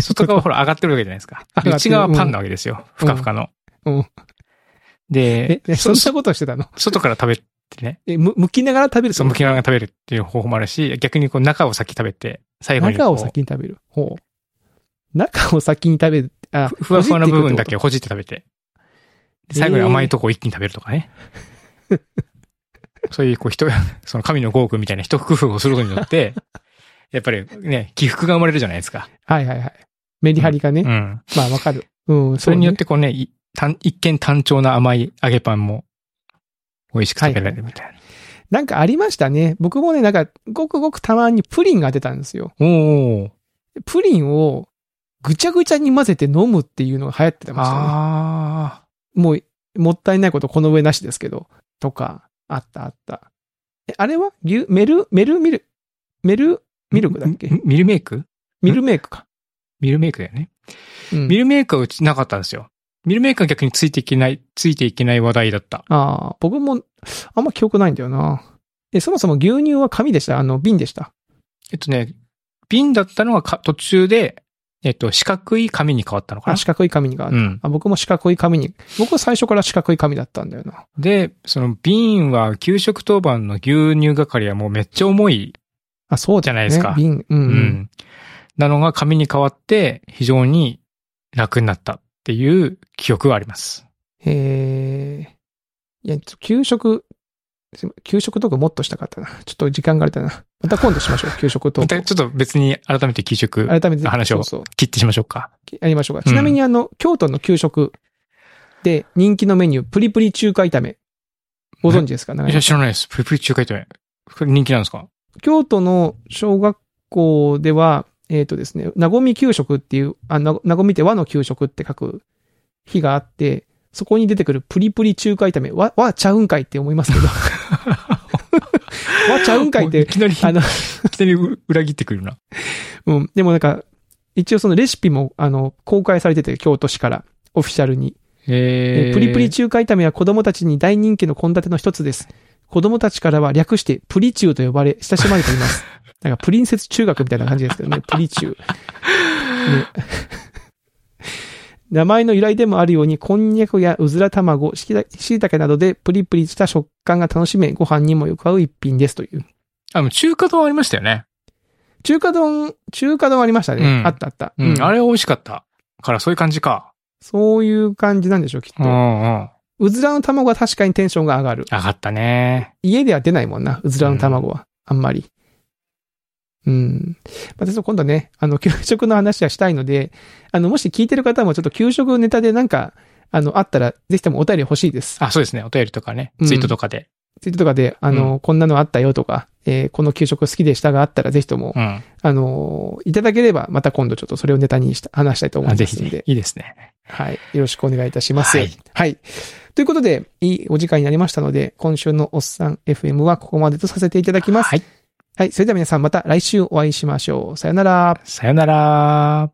[SPEAKER 1] 外側はほら上がってるわけじゃないですか。で
[SPEAKER 2] 上がってる
[SPEAKER 1] 内側はパンなわけですよ。ふかふかの。
[SPEAKER 2] うん。え
[SPEAKER 1] で、、
[SPEAKER 2] えそ
[SPEAKER 1] そ
[SPEAKER 2] んなことしてたの
[SPEAKER 1] 外から食べてね。
[SPEAKER 2] え、む、剥きながら食べる
[SPEAKER 1] そう、向きながら食べるっていう方法もあるし、逆にこう中を先食べて、最後にこう
[SPEAKER 2] 中を先に食べる。ほう。中を先に食べる。あ、
[SPEAKER 1] ふわふわな部分だ
[SPEAKER 2] ほじっていくって
[SPEAKER 1] けほじって食べて、で最後に甘いとこを一気に食べるとか ね。そういう、こう、人、 その神の豪君みたいな一工夫をすることによって、やっぱりね、起伏が生まれるじゃないですか。
[SPEAKER 2] こと。はいはいはい。メリハリがね。
[SPEAKER 1] うん。
[SPEAKER 2] まあわかる。うん、
[SPEAKER 1] それによっ
[SPEAKER 2] そうね。
[SPEAKER 1] てこうね、い単一見単調な甘い揚げパンも、美味しく食べられるみたいな。
[SPEAKER 2] なんかありましたね。僕もね、なんか、ごくごくたまにプリンが出たんですよ。
[SPEAKER 1] おー。
[SPEAKER 2] プリンをぐちゃぐちゃに混ぜて飲むっていうのが流行ってましたね。
[SPEAKER 1] あ
[SPEAKER 2] もう、もったいないことこの上なしですけど、とか、あったあった。え、あれは牛メル、メルミル、メル
[SPEAKER 1] ー。
[SPEAKER 2] ミルクだっけ
[SPEAKER 1] ミミルメイク
[SPEAKER 2] ミルメイクか。
[SPEAKER 1] ミルメイクだよね。
[SPEAKER 2] うん
[SPEAKER 1] ミルメーカーはうちなかったんですよ。ミルメーカーは逆についていけない、ついていけない話題だった。
[SPEAKER 2] ああ、僕も、あんま記憶ないんだよな。え、そもそも牛乳は紙でしたあの、瓶でした。
[SPEAKER 1] えっとね、瓶だったのがか途中で、えっと、四角い紙に変わったのか
[SPEAKER 2] あ、
[SPEAKER 1] な。
[SPEAKER 2] 四角い紙がある、
[SPEAKER 1] うん。
[SPEAKER 2] あ、僕も四角い紙に。僕は最初から四角い紙だったんだよな。
[SPEAKER 1] で、その瓶は給食当番の牛乳係はもうめっちゃ重い。
[SPEAKER 2] あ、そうだよね
[SPEAKER 1] じゃないですか
[SPEAKER 2] 瓶、うん、う。
[SPEAKER 1] うんん。なのが紙に変わって非常に楽になったっていう記憶はあります。
[SPEAKER 2] へえ。いや、ちょっと給食、すいま給食トークもっとしたかったな。ちょっと時間があれだな。また今度しましょう、給食ト
[SPEAKER 1] ま
[SPEAKER 2] ーク
[SPEAKER 1] たちょっと別に改めて給食
[SPEAKER 2] を。改めて
[SPEAKER 1] 話を
[SPEAKER 2] そうそう
[SPEAKER 1] 切ってしましょうか。
[SPEAKER 2] やりましょうか。ちなみにあの、京都の給食で人気のメニュー、プリプリ中華炒め。ご存知ですか長
[SPEAKER 1] い
[SPEAKER 2] 山
[SPEAKER 1] や、知らないです。プリプリ中華炒め。これ人気なんですか
[SPEAKER 2] 京都の小学校では、えっ、とですね、なごみ給食っていう、あ、ななごみって和の給食って書く日があって、そこに出てくるプリプリ中華炒め、和、和ちゃうんかいって思いますけど。和ちゃうんかいっ
[SPEAKER 1] い
[SPEAKER 2] て、
[SPEAKER 1] きなり、
[SPEAKER 2] あの、
[SPEAKER 1] いきなり裏切ってくるな。
[SPEAKER 2] うん。でもなんか、一応そのレシピも、あの、公開されてて、京都市から、オフィシャルに。
[SPEAKER 1] え
[SPEAKER 2] えープリプリ中華炒めは子供たちに大人気の献立の一つです。子供たちからは略してプリチューと呼ばれ、親しまれてい ます。なんかプリンセス中学みたいな感じですけどね、プリチュー。ね名前の由来でもあるように、こんにゃくやうずら卵、しきたしいたけなどでプリプリした食感が楽しめ、ご飯にもよく合う一品ですという。
[SPEAKER 1] あの、中華丼ありましたよね。
[SPEAKER 2] 中華丼、中華丼ありましたね。
[SPEAKER 1] うん
[SPEAKER 2] あったあった。
[SPEAKER 1] うん。
[SPEAKER 2] うん
[SPEAKER 1] あれ美味しかった。から、そういう感じか。
[SPEAKER 2] そういう感じなんでしょう、きっ
[SPEAKER 1] うん
[SPEAKER 2] と。
[SPEAKER 1] うん。
[SPEAKER 2] うずらの卵は確かにテンションが上がる。
[SPEAKER 1] 上がったね。
[SPEAKER 2] 家では出ないもんな、うずらの卵は。あんまり。うん。また、今度ね、あの、 給食の話はしたいので、あの、もし聞いてる方もちょっと給食ネタでなんか、あの、あったら、ぜひともお便り欲しいです。
[SPEAKER 1] あ、そうですね。お便りとかね
[SPEAKER 2] う。ん
[SPEAKER 1] ツイートとかで。
[SPEAKER 2] ツイートとかで、あの、こんなのあったよとか、えーこの給食好きでしたがあったら、ぜひとも、
[SPEAKER 1] うん。
[SPEAKER 2] あのーいただければ、また今度ちょっとそれをネタにした話したいと思
[SPEAKER 1] あ
[SPEAKER 2] い
[SPEAKER 1] ぜ
[SPEAKER 2] ま
[SPEAKER 1] ひ
[SPEAKER 2] すの
[SPEAKER 1] ね
[SPEAKER 2] で。、
[SPEAKER 1] いいですね。
[SPEAKER 2] はい。よろしくお願いいたします。
[SPEAKER 1] は
[SPEAKER 2] はいい。ということで、いいお時間になりましたので、今週のおっさん FM はここまでとさせていただきます。
[SPEAKER 1] はい。
[SPEAKER 2] はい。それでは皆さんまた来週お会いしましょう。さよなら。
[SPEAKER 1] さよなら。